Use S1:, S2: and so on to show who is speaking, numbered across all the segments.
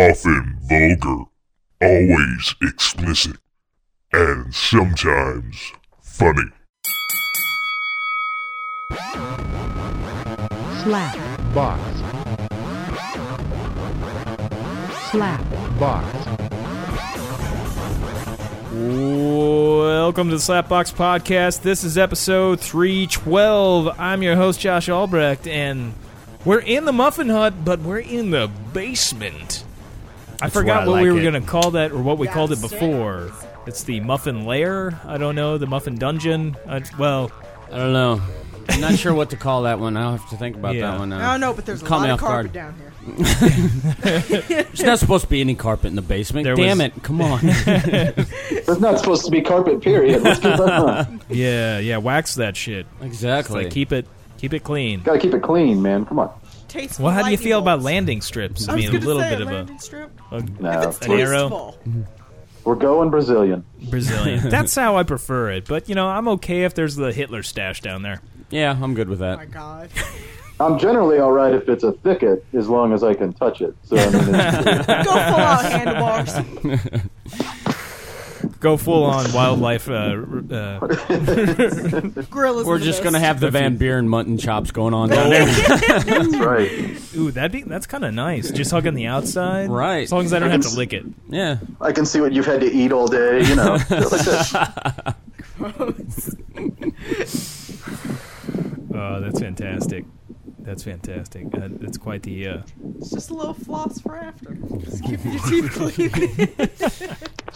S1: often vulgar, always explicit, and sometimes funny.
S2: slap,
S3: box,
S2: slap,
S3: box.
S4: Welcome to the Slapbox Podcast. This is episode 312. I'm your host, Josh Albrecht, and we're in the Muffin Hut, but we're in the basement. I forgot
S5: I
S4: what
S5: like
S4: we were
S5: it.
S4: going to call that or what we called it before. It's the Muffin Lair. I don't know. The Muffin Dungeon. I, well,
S5: I don't know. I'm not sure what to call that one. I'll have to think about
S4: Yeah.
S5: that one.
S6: I don't know, but there's a
S5: Caught me
S6: lot of
S5: off
S6: carpet
S5: guard.
S6: down here.
S5: There's not supposed to be any carpet in the basement.
S4: There
S5: Damn
S4: was-
S5: it! Come on.
S7: There's not supposed to be carpet, period. Let's keep that on.
S4: yeah, yeah. Wax that shit. It's
S5: exactly.
S4: like keep it, keep it clean.
S7: Gotta keep it clean, man. Come on.
S6: Tasteful
S4: Well, how do you
S6: lightning
S4: feel about
S6: bolts.
S4: landing strips?
S6: I was
S4: mean, a
S6: gonna
S4: little
S6: say,
S4: bit of
S6: landing
S4: a,
S6: strip.
S4: a
S7: No,
S6: If it's
S4: an arrow.
S6: tasteful.
S7: we're going Brazilian.
S4: Brazilian. That's how I prefer it. But you know, I'm okay if there's the Hitler stash down there.
S5: yeah, I'm good with
S6: Oh my
S5: that.
S6: god.
S7: I'm generally all right if it's a thicket, as long as I can touch it. So I mean, it's,
S6: Go full out handlebars.
S4: Go full on wildlife. Uh, r- uh,
S6: Gorillas.
S5: We're
S6: in the
S5: just
S6: mist.
S5: gonna have the Van Buren mutton chops going on down there.
S7: that's right.
S4: ooh, that'd be that's kind of nice. Just hugging the outside,
S5: Right.
S4: As long as I don't have to lick it.
S5: Yeah.
S7: I can see what you've had to eat all day. You know, Just like this.
S4: Oh, that's fantastic. That's fantastic. Uh, that's quite the. Uh,
S6: It's just a little floss for after. Just keep your teeth clean.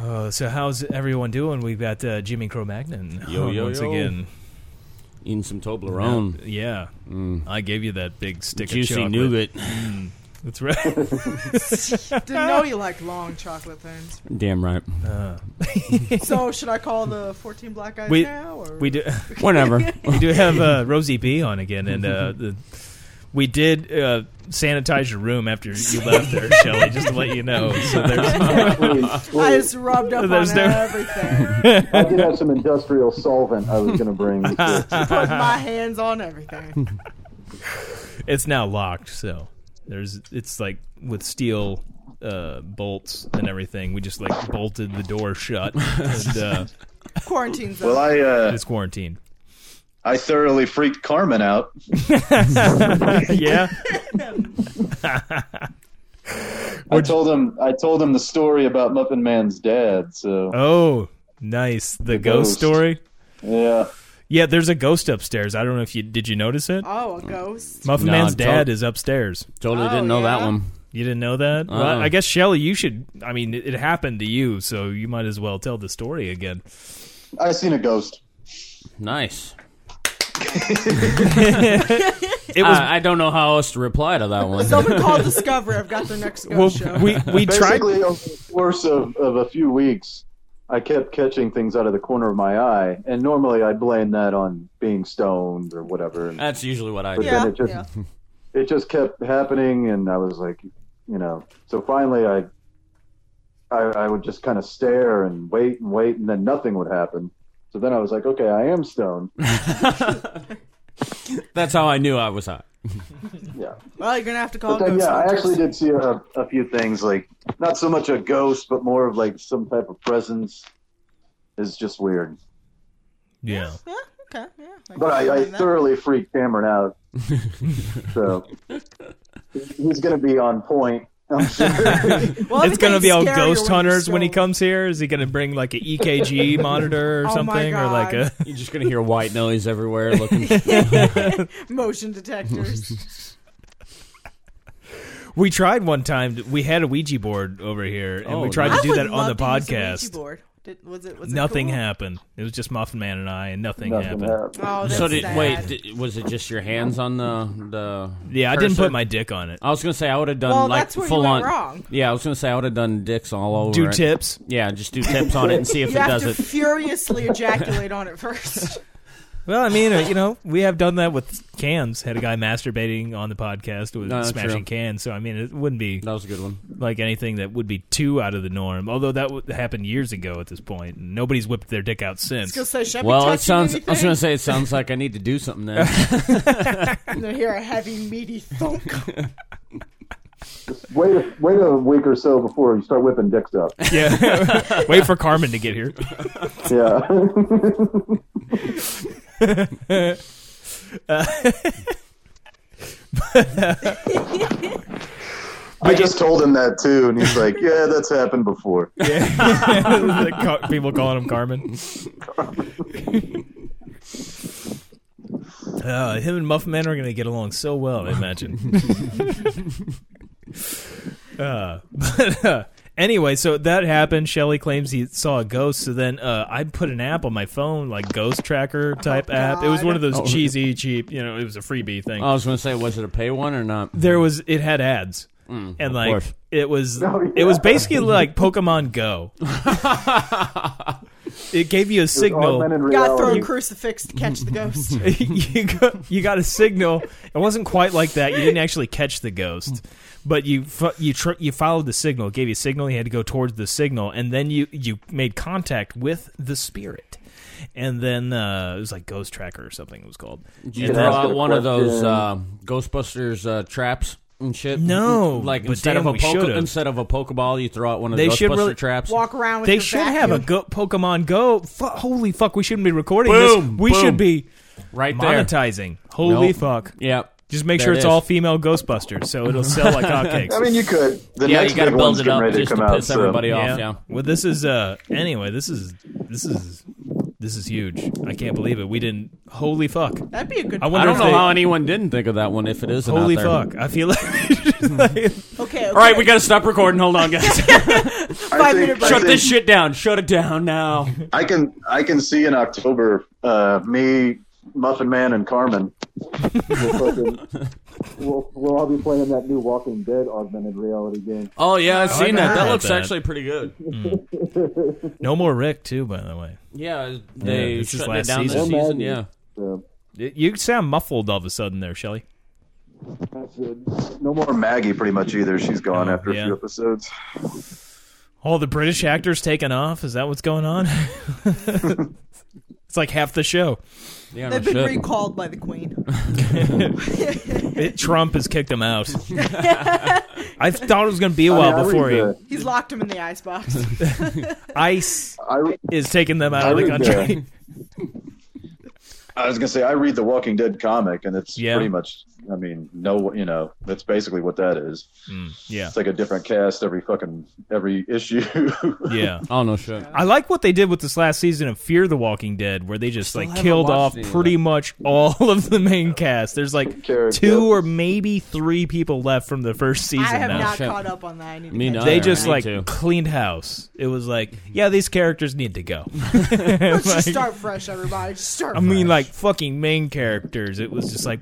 S4: oh, so how's everyone doing? We've got uh, Jimmy Cro-Magnon
S5: Yo,
S4: on
S5: yo,
S4: once
S5: yo.
S4: again.
S5: Eating some Toblerone.
S4: Yeah, I gave you that big stick of
S5: Mm. Juicy
S4: chocolate.
S5: nougat.
S4: That's right.
S6: Didn't know you like long chocolate things.
S5: Damn right.
S6: So should I call the 14 black guys
S4: We-
S6: now? Or?
S4: we do.
S5: Whenever.
S4: we do have uh, Rosie B on again, and uh, the, we did uh, sanitize your room after you left there, Shelly, just to let you know. So there's,
S6: I just rubbed up
S4: There's
S6: on
S4: no-
S6: everything.
S7: I did have some industrial solvent I was going to bring. too.
S6: Put my hands on everything.
S4: it's now locked, so there's it's like with steel uh, bolts and everything. We just like bolted the door shut, and uh,
S6: Quarantine zone.
S8: Well, I uh,
S4: it's quarantined.
S8: I thoroughly freaked Carmen out.
S4: yeah,
S8: I told him I told him the story about Muffin Man's dad. So
S4: Oh, nice. The,
S8: ghost.
S4: ghost story.
S8: yeah,
S4: Yeah, there's a ghost upstairs. I don't know if you did you notice it.
S6: oh, a ghost.
S4: Muffin
S5: No,
S4: Man's
S5: don't-
S4: dad is upstairs.
S5: Totally
S6: Oh,
S5: didn't know that
S6: yeah?
S5: one.
S4: You didn't know that? well,
S5: Uh-uh.
S4: I guess Shelly, you should. I mean, it, it happened to you, so you might as well tell the story again.
S8: I seen a ghost.
S5: Nice.
S4: It was.
S5: I, I don't know how else to reply to that one.
S6: Someone called Discovery. I've got their next ghost
S4: well,
S6: show.
S4: we we tried.
S7: Basically, over the course of, of a few weeks, I kept catching things out of the corner of my eye, and normally I blame that on being stoned or whatever. And
S5: That's usually what I do.
S6: Uh, yeah,
S7: then it just-
S6: yeah.
S7: it just kept happening and i was like you know so finally i i, I would just kind of stare and wait and wait and then nothing would happen so then i was like okay i am stoned
S5: That's how I knew I was hot.
S7: yeah
S6: Well, you're gonna have to call
S7: but then,
S6: ghost
S7: yeah i
S6: hunters.
S7: actually did see a, a few things like not so much a ghost but more of like some type of presence is just weird
S4: Yeah.
S6: Yeah, okay, yeah. I can
S7: but i, I
S6: understand that.
S7: thoroughly freaked cameron out so he's going to be on point i'm sure
S6: Well,
S4: It's gonna be all
S6: everything's scarier
S4: ghost
S6: when you're
S4: hunters when he
S6: stoned.
S4: comes here. Is he gonna bring like an EKG monitor or
S6: Oh my
S4: something, or like a?
S6: God.
S5: You're just gonna hear white noise everywhere. Looking.
S6: Motion detectors.
S4: We tried one time. to- We had a Ouija board over here, and
S5: Oh,
S4: we tried
S5: nice.
S4: to do
S6: would
S4: that on the
S6: love to use a Ouija
S4: podcast.
S6: board. Did- was it- was it
S4: Nothing
S6: cool?
S4: happened. It was just Muffin Man and I, and nothing,
S7: nothing
S4: happened.
S7: happened
S6: Oh, that's
S5: so did
S6: sad.
S5: wait? Did, was it just your hands on the the?
S4: Yeah, I didn't
S5: cursor?
S4: put my dick on it.
S5: I was gonna say I would have done
S6: Well,
S5: like
S6: that's where you
S5: full on.
S6: went wrong.
S5: Yeah, I was gonna say I would have done dicks all over.
S4: Do
S5: it.
S4: tips?
S5: Yeah, just do tips on it and see if
S6: you
S5: it does
S6: have to
S5: it.
S6: furiously ejaculate on it first.
S4: Well, I mean, uh, you know, we have done that with cans. Had a guy masturbating on the podcast with
S5: No, that's
S4: smashing
S5: true.
S4: cans. So I mean, it wouldn't be
S5: That was a good one.
S4: like anything that would be too out of the norm. Although that would happened years ago at this point. and Nobody's whipped their dick out since.
S6: Gonna say, should I be
S5: Well, it
S6: touching
S5: sounds. I was
S6: anything?
S5: gonna say it sounds like I need to do something now.
S6: And I hear a heavy, meaty thunk.
S7: Wait, a- wait a week or so before you start whipping dicks up.
S4: Yeah. Wait for Carmen to get here.
S7: Yeah. I just told him that too, and he's like, "Yeah, that's happened before."
S4: The ca- People calling him Carmen. Uh, him and Muffin Man are going to get along so well, I imagine. uh, but uh, anyway, so that happened. Shelly claims he saw a ghost. So then uh, I put an app on my phone, like ghost tracker type app. It was one of those cheesy, cheap, you know, it was a freebie thing.
S5: I was gonna say, was it a pay one or not?
S4: there was it had ads and like
S5: Mm. course.
S4: it was
S7: Oh, yeah.
S4: it was basically like pokemon go it gave you a signal
S7: Augmented
S6: Gotta throw a
S7: reality.
S6: crucifix to catch the ghost.
S4: you, got, you got a signal it wasn't quite like that you didn't actually catch the ghost but you fo- you tr- you followed the signal it gave you a signal you had to go towards the signal and then you you made contact with the spirit and then uh, it was like ghost tracker or something it was called
S5: Did you
S4: And
S5: throw
S4: then-
S7: ask
S5: out
S7: it a
S5: one of those
S7: question?
S5: uh, Ghostbusters uh, traps and shit?
S4: No,
S5: like
S4: but
S5: instead
S4: damn,
S5: of a
S4: we should've.
S5: poke, instead of a Pokeball, you throw out one of
S4: They
S5: the
S4: should
S5: Ghostbuster
S4: really-
S5: traps.
S6: Walk around with
S4: They
S6: your
S4: should have a
S6: vacuum.
S4: go- Pokemon Go. Fu holy fuck, we shouldn't be recording
S5: Boom,
S4: this. We
S5: boom.
S4: should be
S5: right there.
S4: monetizing. Holy
S5: Nope.
S4: fuck.
S5: Yep.
S4: Just make
S5: There
S4: sure
S5: it
S4: it's
S5: is.
S4: all female Ghostbusters, so it'll sell like hotcakes.
S7: I mean, you could. The
S5: Yeah,
S7: next
S5: you gotta
S7: big
S5: build
S7: one's
S5: it
S7: getting
S5: up
S7: ready to
S5: just
S7: come
S5: to
S7: out,
S5: piss everybody
S7: so-
S5: off. Yeah.
S4: Well, this is uh. Anyway, this is this is this is huge. I can't believe it. We didn't. Holy fuck.
S6: That'd be a good.
S4: I
S5: I
S4: wonder
S5: don't
S4: if
S5: know
S4: they,
S5: how anyone didn't think of that one. If it is,
S4: Holy
S5: out there.
S4: fuck. I feel like.
S6: okay, okay.
S5: All right, we gotta stop recording. Hold on, guys.
S6: five
S7: think-
S6: minute break.
S5: Shut
S7: think-
S5: this shit down. Shut it down now.
S7: I can I can see in October uh, me, Muffin Man, and Carmen. we'll, fucking, we'll, we'll all be playing that new Walking Dead augmented reality game.
S5: Oh yeah, I've seen
S4: I
S5: that. That
S4: heard
S5: looks
S4: that.
S5: actually pretty good.
S4: no more Rick, too, by the way.
S5: Yeah, they
S4: this is
S5: shut
S4: last
S5: it down
S4: season.
S5: this season.
S7: Imagine.
S5: Yeah.
S7: So,
S4: Y- You sound muffled all of a sudden there, Shelly.
S7: that's it. No more Maggie, pretty much either. She's gone
S4: Oh,
S7: after
S4: yeah.
S7: a few episodes.
S4: All the British actors taken off? Is that what's going on? it's like half the show.
S5: Yeah, no
S6: They've been
S5: shit.
S6: recalled by the queen.
S4: It- Trump has kicked him out. I thought it was going to be a while
S7: I mean, I
S4: before
S7: read
S4: he.
S6: He's locked him in the icebox.
S4: ICE
S7: the- I, re-
S4: is taking them out
S7: I
S4: of the
S7: read
S4: country.
S7: I was gonna say I read the Walking Dead comic, and it's
S4: Yeah.
S7: pretty much. I mean, no, you know, that's basically what that is.
S4: Yeah.
S7: It's like a different cast every fucking every issue.
S4: Yeah.
S5: Oh no shit.
S4: I like what they did with this last season of Fear the Walking Dead, where they just like
S5: haven't
S4: killed
S5: watched
S4: off
S5: any of
S4: pretty
S5: that.
S4: much all of the main cast. There's like
S7: Character.
S4: two or maybe three people left from the first
S6: I
S4: season
S6: have
S4: now.
S6: not
S5: shit.
S6: caught up on that. I need to
S5: Me
S6: catch
S5: neither.
S6: up.
S4: They
S5: Oh, Yeah,
S4: just
S5: me
S4: like
S5: too.
S4: cleaned house. It was like, yeah, these characters need to go.
S6: Let's just
S4: Like,
S6: start fresh, everybody. Just start.
S4: I mean,
S6: fresh.
S4: like fucking main characters. It was just like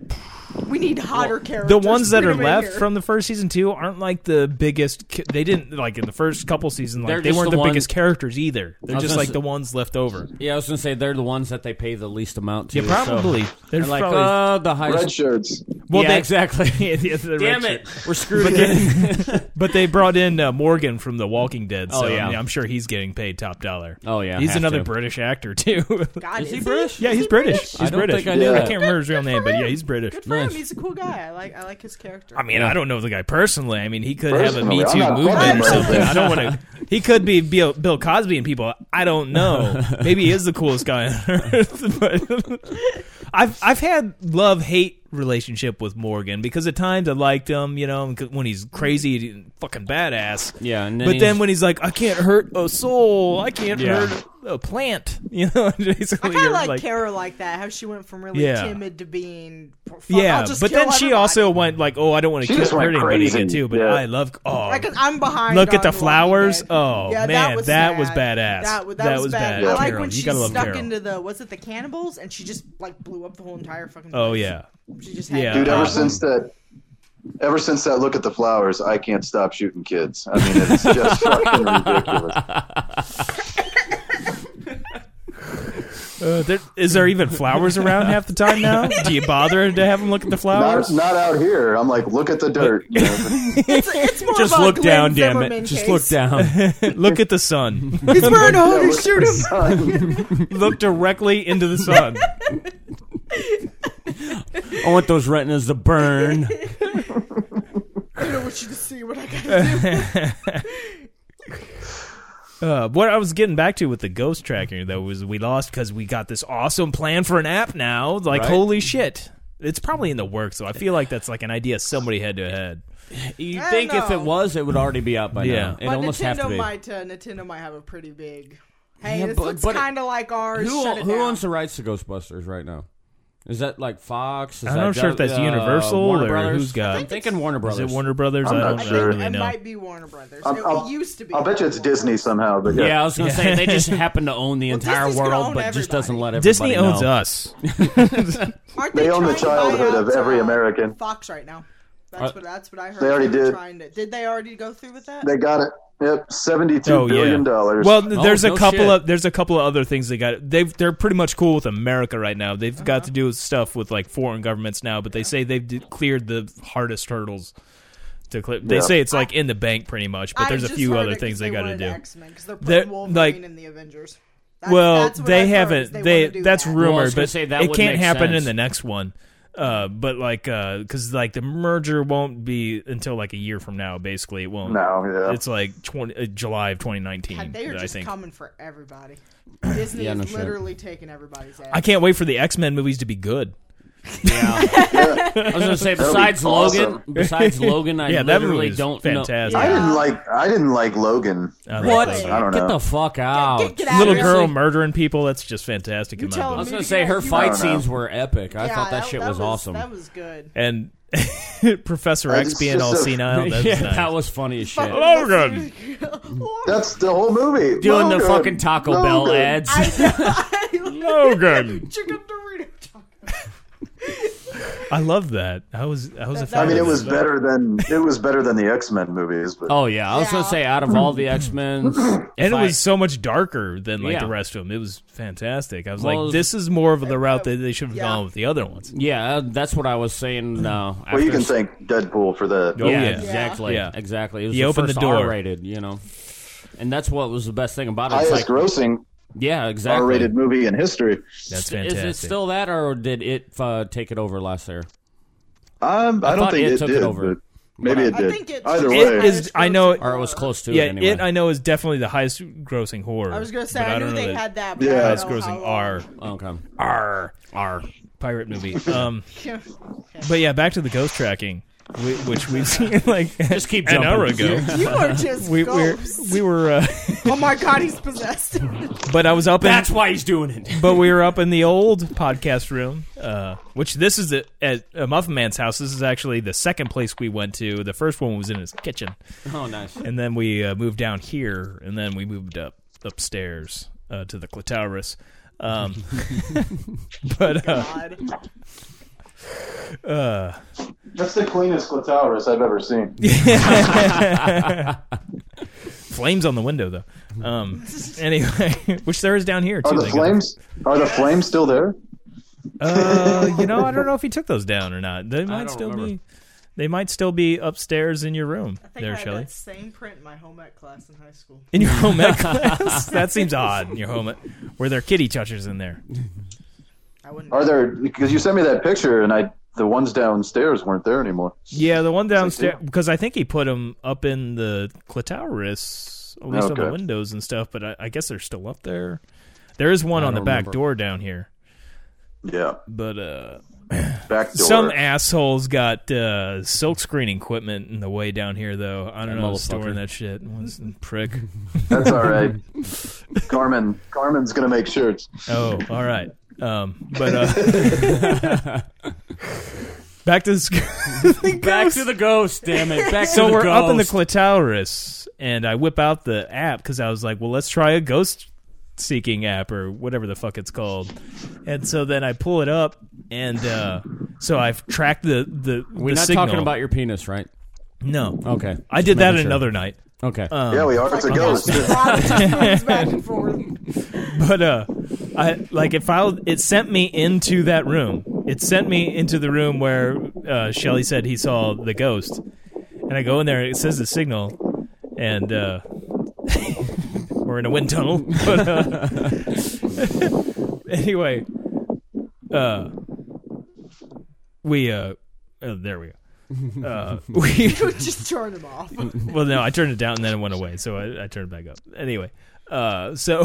S6: we need hotter characters.
S4: the ones that
S6: Bring
S4: are
S6: 'em in
S4: left
S6: here.
S4: from the first season two aren't like the biggest. ca- They didn't like in the first couple seasons. Like
S5: They're
S4: they
S5: just
S4: weren't the,
S5: the one-
S4: biggest characters either. They're
S5: was
S4: just
S5: gonna
S4: like
S5: s-
S4: the ones left over.
S5: Yeah, I was gonna say they're the ones that they pay the least amount to.
S4: Yeah, probably.
S5: So.
S4: They're
S5: And like
S4: probably.
S5: uh, the
S7: Red
S5: highest.
S7: shirts.
S4: well,
S5: yeah,
S4: they-
S5: exactly.
S4: Yeah, yeah, the
S5: Damn
S4: red
S5: it,
S4: shirt.
S5: we're screwed again.
S4: But they brought in uh, Morgan from The Walking Dead. So
S5: Oh, yeah.
S4: I am sure he's getting paid top dollar.
S5: Oh, yeah,
S4: he's
S5: have
S4: another
S5: to.
S4: British actor too.
S6: God,
S5: Is he
S6: is
S5: British?
S4: yeah,
S6: Is
S4: he's
S6: he
S4: British. He's
S5: I don't
S4: British.
S5: think I knew
S7: Yeah.
S4: I
S5: that.
S4: can't remember his real name, but yeah, he's British.
S6: Good for
S5: Nice.
S6: him. He's a cool guy. I like I like his character.
S4: I mean, I don't know the guy personally. I mean, he could
S7: Personally,
S4: have a Me
S7: I'm
S4: Too
S7: not
S4: movement
S7: fucking
S4: or something.
S7: racist.
S4: I don't want to. He could be Bill, Bill Cosby and people. I don't know. Maybe he is the coolest guy on earth. But I've I've had love hate relationship with Morgan because at times I liked him, you know, when he's crazy, and fucking badass.
S5: Yeah, and then
S4: but then
S5: he's-
S4: when he's like, I can't hurt a soul. I can't
S5: Yeah.
S4: hurt a plant. You know,
S6: I
S4: basically,
S6: kind
S4: you're
S6: of like, Kara like that. How she went from really
S4: Yeah.
S6: timid to being. "Fuck,
S4: yeah,
S6: I'll just
S4: but
S6: kill
S4: then she
S6: everybody."
S4: also went like, "Oh, I don't want to
S7: She
S4: kill,
S7: just went
S4: hurt anybody
S7: crazy.
S4: again, too." But
S7: Yeah.
S4: I love. Oh,
S6: Like, I'm behind.
S4: Look at
S6: on
S4: the
S6: Walking
S4: flowers.
S6: Dead.
S4: Oh,
S6: yeah,
S4: man,
S6: that was,
S4: that was
S6: bad.
S4: badass.
S6: That, w-
S4: That
S6: that
S4: was
S6: was bad.
S4: bad.
S6: I like
S4: Carol,
S6: when
S4: you
S6: she
S4: gotta love
S6: snuck
S4: Carol.
S6: into the was it the cannibals and she just like blew up the whole entire fucking.
S4: oh
S6: place.
S4: yeah.
S6: She just had
S4: Yeah.
S7: Dude, ever
S4: Um,
S7: since that, ever since that look at the flowers, I can't stop shooting kids. I mean, it's just fucking ridiculous.
S4: Uh, there, is there even flowers around half the time now? Do you bother to have them look at the
S7: Not,
S4: flowers?
S7: not out here. I'm like, look at the dirt. You know, but-
S6: It's, it's more
S4: Just
S6: of a
S4: look
S6: Glenn
S4: down, damn it.
S6: Zimmerman
S5: Just
S6: case.
S5: look down.
S4: look at the sun.
S6: He's wearing a
S7: yeah,
S6: hoodie.
S7: look at
S6: Shoot
S7: the
S6: him.
S7: sun.
S4: look directly into the sun.
S5: I want those retinas to burn.
S6: I don't want you to see what I got.
S4: Uh, what I was getting back to with the ghost tracker though was we lost because we got this awesome plan for an app now. Like
S5: Right.
S4: holy shit, it's probably in the works. So I feel like that's like an idea somebody had to had.
S5: You
S6: I
S5: think
S6: don't
S5: if it
S6: know.
S5: was, it would already be out by
S4: Yeah.
S5: now. It
S6: But
S5: almost have to
S6: Nintendo
S5: be.
S6: might, uh, Nintendo might have a pretty big. Hey,
S5: Yeah,
S6: this
S5: but-
S6: looks
S5: but-
S6: kind of like ours.
S5: who
S6: Shut it
S5: who
S6: down.
S5: owns the rights to Ghostbusters right now? Is that like Fox? Is
S4: I'm
S5: that
S4: not sure if that's
S5: uh,
S4: Universal
S5: Warner
S4: or
S5: Brothers?
S4: who's got- I
S5: I'm
S4: think
S5: thinking Warner
S4: Is
S5: Brothers.
S4: it Warner Brothers?
S7: I'm
S4: I don't
S7: not
S6: I
S4: know.
S7: sure.
S6: think
S4: really
S6: it
S4: know.
S6: might be Warner Brothers.
S7: I'll-
S6: it,
S7: I'll-
S6: used to be.
S7: I'll bet you it's Disney somehow. But
S5: Yeah,
S7: yeah,
S5: I was gonna say they just happen to own the entire
S6: Disney's gonna
S5: world,
S6: own
S5: but just
S6: everybody.
S5: doesn't let everybody.
S4: Disney owns
S5: know.
S4: us.
S6: Aren't
S7: They
S6: trying
S7: own the
S6: to buy
S7: childhood
S6: out,
S7: of every
S6: uh,
S7: American.
S6: Fox right now. That's
S5: Uh,
S6: what that's what I heard.
S7: They already
S6: were
S7: did.
S6: Trying to, did they already go through with that?
S7: they got it. Yep, seventy-two
S4: Oh
S7: billion
S4: yeah.
S7: dollars.
S4: Well,
S6: Oh,
S4: there's a
S5: no
S4: couple
S5: shit.
S4: of there's a couple of other things they got. They they're pretty much cool with America right now. They've got
S6: Uh-huh.
S4: to do stuff with like foreign governments now, but they say they've d- cleared the hardest hurdles. To clear. They
S7: Yeah.
S4: say it's like in the bank pretty much, but
S6: I
S4: there's a
S6: just
S4: few
S6: heard
S4: other
S6: it 'cause
S4: things they,
S6: they
S4: got to
S6: wanted
S4: do.
S6: X-Men, 'cause they're
S4: They're-
S6: putting Wolverine
S4: like-
S6: and the Avengers. That's,
S4: well,
S6: that's what
S4: they
S6: I heard,
S4: haven't.
S6: is They,
S4: They,
S6: wanna do
S4: that's
S6: that.
S4: rumor,
S5: Well, I was gonna
S4: but
S5: say, that
S4: it
S5: would
S4: can't
S5: make
S4: happen in
S5: sense.
S4: the next one. Uh, but like, uh 'cause like the merger won't be until like a year from now. Basically, it won't.
S7: no, yeah.
S4: It's like 20, uh, July of 2019.
S6: God, they are
S4: I
S6: just
S4: think.
S6: coming for everybody. Disney
S5: Yeah, no
S6: is
S5: shit.
S6: literally taking everybody's ass.
S4: I can't wait for the X Men movies to be good.
S5: Yeah. I was gonna say besides Logan, besides Logan, I
S4: yeah, that movie
S5: literally
S4: is
S5: don't
S4: fantastic.
S5: know.
S7: I didn't like. I didn't like Logan.
S4: I
S5: Yeah. What?
S4: like
S7: I don't
S5: Get
S7: know.
S5: the fuck out!
S6: get- get out
S4: Little
S6: Yeah.
S4: girl murdering people. That's just fantastic in my
S5: I
S6: tell
S4: book.
S5: was gonna say her fight
S7: don't know.
S5: scenes were epic. I
S6: Yeah,
S5: thought that, shit was, awesome.
S6: That was good.
S4: And Professor
S7: Uh,
S4: X
S7: it's
S4: being
S7: just
S4: all
S7: a-
S4: senile. That's
S5: yeah,
S4: nice.
S5: that was funny as shit.
S4: Logan.
S7: That's the whole movie.
S5: Doing the
S7: Logan.
S5: fucking Taco Bell
S7: Logan.
S5: ads.
S6: I know.
S4: Logan.
S6: Chicken Dorito.
S4: I love that. I was. I was a fan.
S7: I mean,
S4: of
S7: it
S4: that.
S7: was better than it was better than the X Men movies, but
S5: uh, oh yeah, I was gonna
S6: Yeah.
S5: say out of all the X Men,
S4: and it was so much darker than like
S5: Yeah.
S4: the rest of them. It was fantastic. I was
S5: Well,
S4: like, this is more of the route that they should have
S6: yeah.
S4: gone with the other ones.
S5: yeah, that's what I was saying. uh, No,
S7: well, you can thank Deadpool for that.
S4: Oh,
S5: yeah,
S4: yeah.
S5: exactly,
S4: Yeah.
S5: exactly. It was
S4: He
S5: the
S4: opened the
S5: first
S4: door.
S5: R-rated, you know, and that's what was the best thing about it. It's
S7: Highest
S5: like,
S7: grossing
S5: yeah, exactly.
S7: R-rated movie in history.
S4: That's
S5: Is
S4: fantastic.
S5: it still that, or did it uh, take it over last year?
S7: Um,
S5: thought
S7: I, don't think
S5: it
S7: it,
S5: took it
S7: did,
S5: over.
S7: but maybe it
S6: I
S7: did.
S6: think it's-
S7: Either
S6: It
S7: way,
S4: It is. I know.
S5: Or it was close to
S4: Yeah,
S5: it anyway.
S4: it I know is definitely the highest grossing horror.
S6: I was gonna say
S4: but
S6: I,
S4: don't
S6: knew
S4: know
S6: they
S4: that
S6: had that.
S7: Yeah.
S6: Yeah,
S4: highest grossing R
S5: okay.
S4: R R pirate movie. Um, but yeah, back to the ghost tracking, whi- which we've seen like
S5: Just keep
S4: an
S5: jumping.
S4: hour ago.
S6: You are just
S4: We we're,
S6: ghosts.
S4: we were, uh,
S6: Oh my god, he's possessed.
S4: but I was up in,
S5: That's why he's doing it.
S4: but we were up in the old podcast room, uh, which this is the, at uh, Muffin Man's house. This is actually the second place we went to. The first one was in his kitchen,
S5: Oh, nice.
S4: and then we uh, moved down here, and then we moved up upstairs uh, to the clitoris. Um, but uh,
S6: God.
S7: that's the cleanest Clitoris I've ever seen.
S4: flames on the window though. Um, anyway, which there is down here too.
S7: Are Oh, the
S4: They got-
S7: flames? Are the flames still there?
S4: Uh, you know, I don't know if he took those down or not. They might
S5: don't
S4: still be.
S5: remember.
S4: They might still be upstairs in your room.
S6: I think I
S4: There,
S6: had
S4: Shelley.
S6: that same print in my home ec class in high school.
S4: In your home ec class? That seems odd. In your home, ec- were there kitty touchers in there?
S6: I wouldn't.
S7: Are there? Because you sent me that picture, and I the ones downstairs weren't there anymore.
S4: Yeah, the one downstairs.
S7: do.
S4: Because I think he put them up in the clitoris, at least on the
S7: Okay.
S4: windows and stuff. But I, I guess they're still up there. There is one
S5: I
S4: on the
S5: don't
S4: back
S5: remember.
S4: door down here,
S7: Yeah,
S4: but uh,
S7: back door.
S4: some assholes got uh, silk screen equipment in the way down here. Though I don't
S5: That
S4: know,
S5: motherfucker.
S4: storing that shit. What's the prick?
S7: That's all right. Carmen, Carmen's gonna make shirts.
S4: Oh, all right. Um, but uh, back to the sc-
S5: Back to the ghost, damn it. Back
S4: so
S5: to the
S4: we're up in the
S5: ghost.
S4: clitoris, and I whip out the app because I was like, well, let's try a ghost seeking app or whatever the fuck it's called. And so then I pull it up, and uh, so I've tracked the the. the
S5: We're not
S4: signal.
S5: talking about your penis, right?
S4: no.
S5: Okay.
S4: I uh, did that
S5: making sure.
S4: another night.
S5: Okay.
S7: yeah, we are. It's a ghost.
S6: Wow, it just moves back and forth.
S4: but uh I like it followed. It sent me into that room. It sent me into the room where uh, Shelly said he saw the ghost, and I go in there. and It says the signal, and uh, we're in a wind tunnel. But, uh, anyway, uh, we uh, oh, there we go. Uh, we
S6: You just turn him off.
S4: well, no, I turned it down and then it went away, so I, I turned it back up. Anyway, uh, so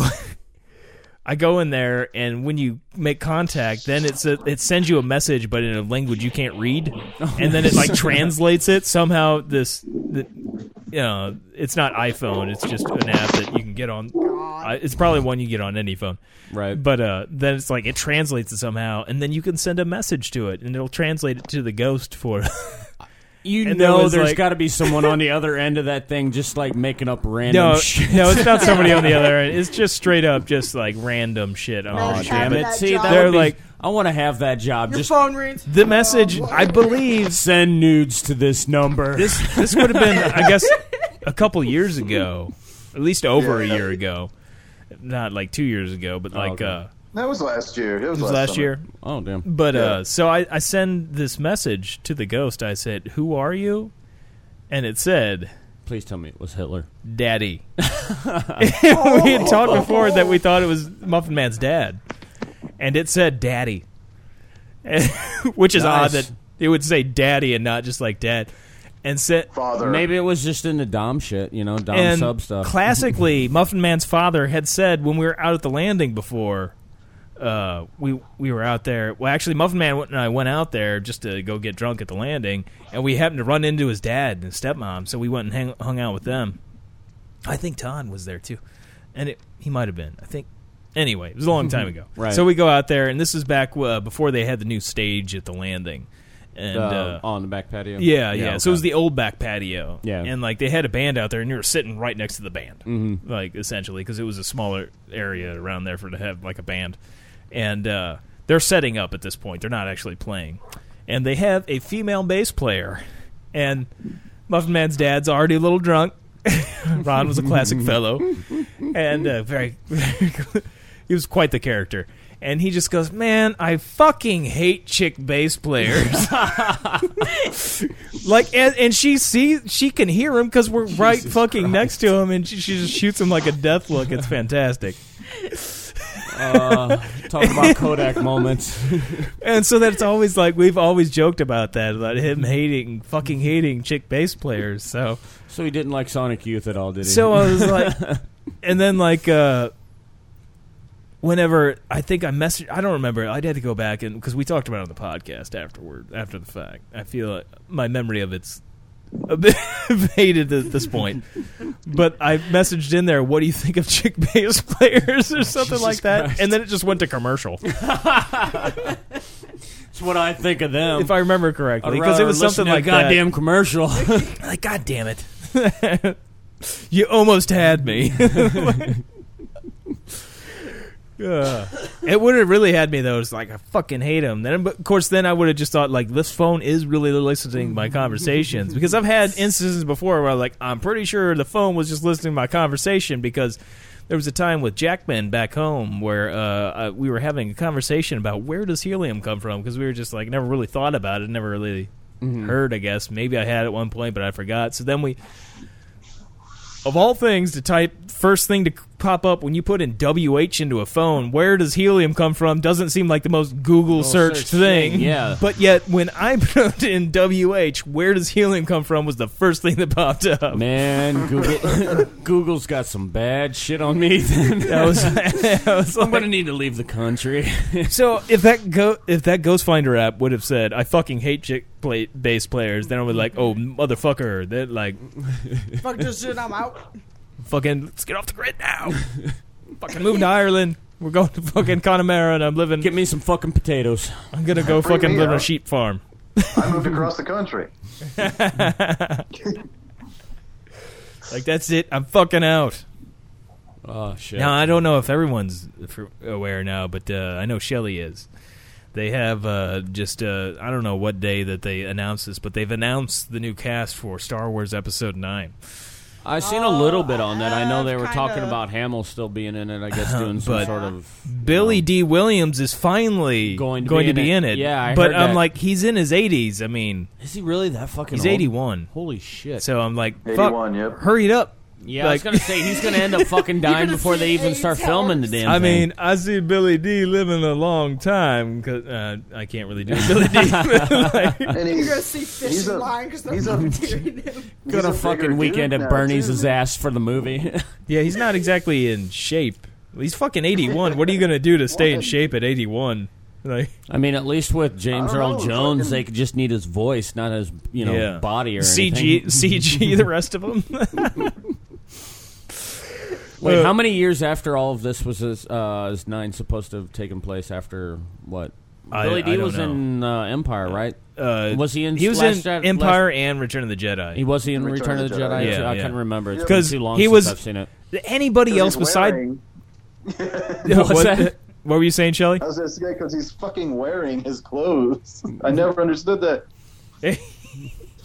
S4: I go in there, and when you make contact, then it's a, it sends you a message, but in a language you can't read, and then it like translates it somehow. This, the, you know, it's not iPhone; it's just an app that you can get on. I, it's probably one you get on any phone,
S3: Right.
S4: But uh, then it's like it translates it somehow, and then you can send a message to it, and it'll translate it to the ghost for.
S5: You
S4: And there
S5: know,
S4: was,
S5: there's
S4: like-
S5: got to be someone on the other end of that thing, just like making up random
S4: No,
S5: shit.
S4: no, it's not somebody on the other end. It's just straight up, just like random shit. Oh, on
S5: Aw,
S4: the
S5: damn
S4: internet.
S5: it!
S6: that
S5: See,
S6: job.
S5: that
S4: They're
S5: would be-
S4: like-
S5: I want to have that job.
S6: Your
S5: Just
S6: phone rings.
S4: The message, I believe,
S5: send nudes to this number.
S4: this this would have been, I guess, a couple years ago, at least over a year ago, not like two years ago, but like
S5: okay.
S4: uh,
S8: That was last year. It was,
S4: it was
S8: last,
S4: last
S8: summer.
S4: year.
S5: oh damn!
S4: But uh, so I, I send this message to the ghost. I said, "Who are you?" And it said,
S5: Please tell me it was Hitler.
S4: daddy. we had talked before that we thought it was Muffin Man's dad, and it said daddy, which is odd
S5: Nice.
S4: that it would say daddy and not just like dad. And said,
S8: Father.
S5: Maybe it was just in the Dom shit, you know, Dom
S4: and
S5: sub stuff.
S4: classically, Muffin Man's father had said when we were out at the landing before. Uh, we we were out there. Well, actually, Muffin Man and I went out there just to go get drunk at the landing, and we happened to run into his dad and stepmom. So we went and hang, hung out with them. I think Todd was there too, and it, he might have been. I think. Anyway, it was a long time ago.
S5: Right.
S4: So we go out there, and this is back uh, before they had the new stage at the landing, and
S5: uh,
S4: uh,
S5: on the back patio.
S4: yeah, yeah. So it was
S5: okay.
S4: the old back patio.
S5: Yeah.
S4: And like they had a band out there, and you were sitting right next to the band,
S5: Mm-hmm.
S4: like essentially, because it was a smaller area around there for to have like a band. And uh, they're setting up at this point; they're not actually playing. And they have a female bass player, and Muffin Man's dad's already a little drunk. Ron was a classic fellow, and uh, very, he was quite the character. And he just goes, "Man, I fucking hate chick bass players." Like and, and she sees she can hear him because we're right fucking next to him, and she, she just shoots him like a death look. It's fantastic.
S5: Uh, Talk about Kodak moments.
S4: And so that's always like we've always joked about that about him hating fucking hating chick bass players. So
S5: So he didn't like Sonic Youth at all, did he?
S4: so uh, I was like, and then like uh, whenever I think I messaged, I don't remember. I would had to go back and because we talked about it on the podcast afterward after the fact. I feel like my memory of it's a bit faded at this point. But I messaged in there, "What do you think of chick bass players?" or something like that, and then it just went to commercial,
S5: That's what I think of them.
S4: if I remember correctly, because it was something like that.
S5: goddamn commercial.
S4: like god damn it you almost had me Yeah. it would have really had me though it's like i fucking hate him then but of course then i would have just thought like this phone is really listening to my conversations because i've had instances before where like i'm pretty sure the phone was just listening to my conversation because there was a time with Jackman back home where uh, uh, we were having a conversation about where does helium come from because we were just like never really thought about it, never really heard. I guess maybe I had at one point, but I forgot. So then we, of all things, to type first thing to c- pop up when you put in WH into a phone, where does helium come from? Doesn't seem like the most Google searched
S5: search
S4: thing.
S5: thing, yeah.
S4: But yet when I put in WH, where does helium come from? Was the first thing that popped up.
S5: Man, Google, Google's got some bad shit on me. Then.
S4: That was, that was
S5: I'm
S4: like-
S5: gonna need to leave the country.
S4: So if that go if that Ghost Finder app would have said I fucking hate chick play- bass players, then I would like oh motherfucker that like
S6: Fuck this shit, I'm out.
S4: fucking let's get off the grid now. fucking move to Ireland. We're going to fucking Connemara and I'm living.
S5: Get me some fucking potatoes.
S4: I'm gonna go
S8: Free
S4: fucking
S8: me
S4: live on a
S8: out.
S4: sheep farm.
S8: I moved across the country.
S4: Like that's it. I'm fucking out.
S5: Oh shit!
S4: Now I don't know if everyone's f- aware now, but uh, I know Shelly is. They have uh, just uh, I don't know what day that they announced this, but they've announced the new cast for Star Wars Episode Nine.
S5: I seen a little bit on that. I
S9: Ah,
S5: know they
S6: I've
S5: were talking
S6: kinda-
S5: about Hamill still being in it. I guess doing some
S4: But-
S5: sort of
S4: Billy D. Williams is finally
S5: Going to be in
S4: be
S5: it.
S4: in it.
S5: Yeah, I
S4: but
S5: heard
S4: I'm
S5: that.
S4: like, he's in his 80s. I mean,
S5: Is he really that fucking?
S4: he's
S5: old?
S4: 81,
S5: Holy shit!
S4: so I'm like, fuck,
S9: 81, yep.
S4: hurry it up.
S5: yeah, I
S4: like-
S5: was gonna say he's gonna end up fucking dying
S6: gonna
S5: before
S6: see
S5: they even
S6: eight
S5: start
S6: hours.
S5: filming the damn.
S4: I
S5: thing.
S4: mean, I see Billy D living a long time because uh, I can't really do Billy D.
S9: And
S4: Like,
S6: You're gonna
S9: he's,
S6: see fish
S9: he's
S6: in
S9: a-
S6: line because
S9: he's
S6: they're
S9: a-
S6: volunteering him.
S9: he's
S5: Go
S9: a
S5: to
S9: bigger
S5: fucking
S9: dude
S5: weekend
S9: now,
S5: at
S9: too.
S5: Bernie's his ass for the movie.
S4: yeah, he's not exactly in shape. He's fucking 81. What are you gonna do to stay in shape at 81? Like,
S5: I mean, at least with James
S9: I don't
S5: Earl
S9: know,
S5: Jones,
S9: fucking-
S5: they could just need his voice, not his you know
S4: yeah,
S5: body or
S4: CG,
S5: anything.
S4: CG, the rest of them.
S5: Wait,
S4: Uh,
S5: how many years after all of this was his, uh, is nine supposed to have taken place? After what?
S4: I-
S5: Billy
S4: I
S5: D
S4: don't
S5: was
S4: know.
S5: in uh, Empire, right?
S4: Uh,
S5: Was he in
S4: He was
S5: Last
S4: in
S5: Jedi-
S4: Empire and Return of the Jedi.
S5: He was he in Return, of the Jedi?
S4: Yeah,
S5: too? I
S4: yeah.
S5: couldn't remember. It's been
S4: 'Cause
S5: too long
S4: he
S5: since
S4: was-
S5: I've seen it.
S4: Anybody
S9: He's
S4: else beside?
S9: wearing-
S4: What was
S5: that?
S4: that? What were you saying, Shelley?
S7: I was gonna say because he's fucking wearing his clothes. I never understood that.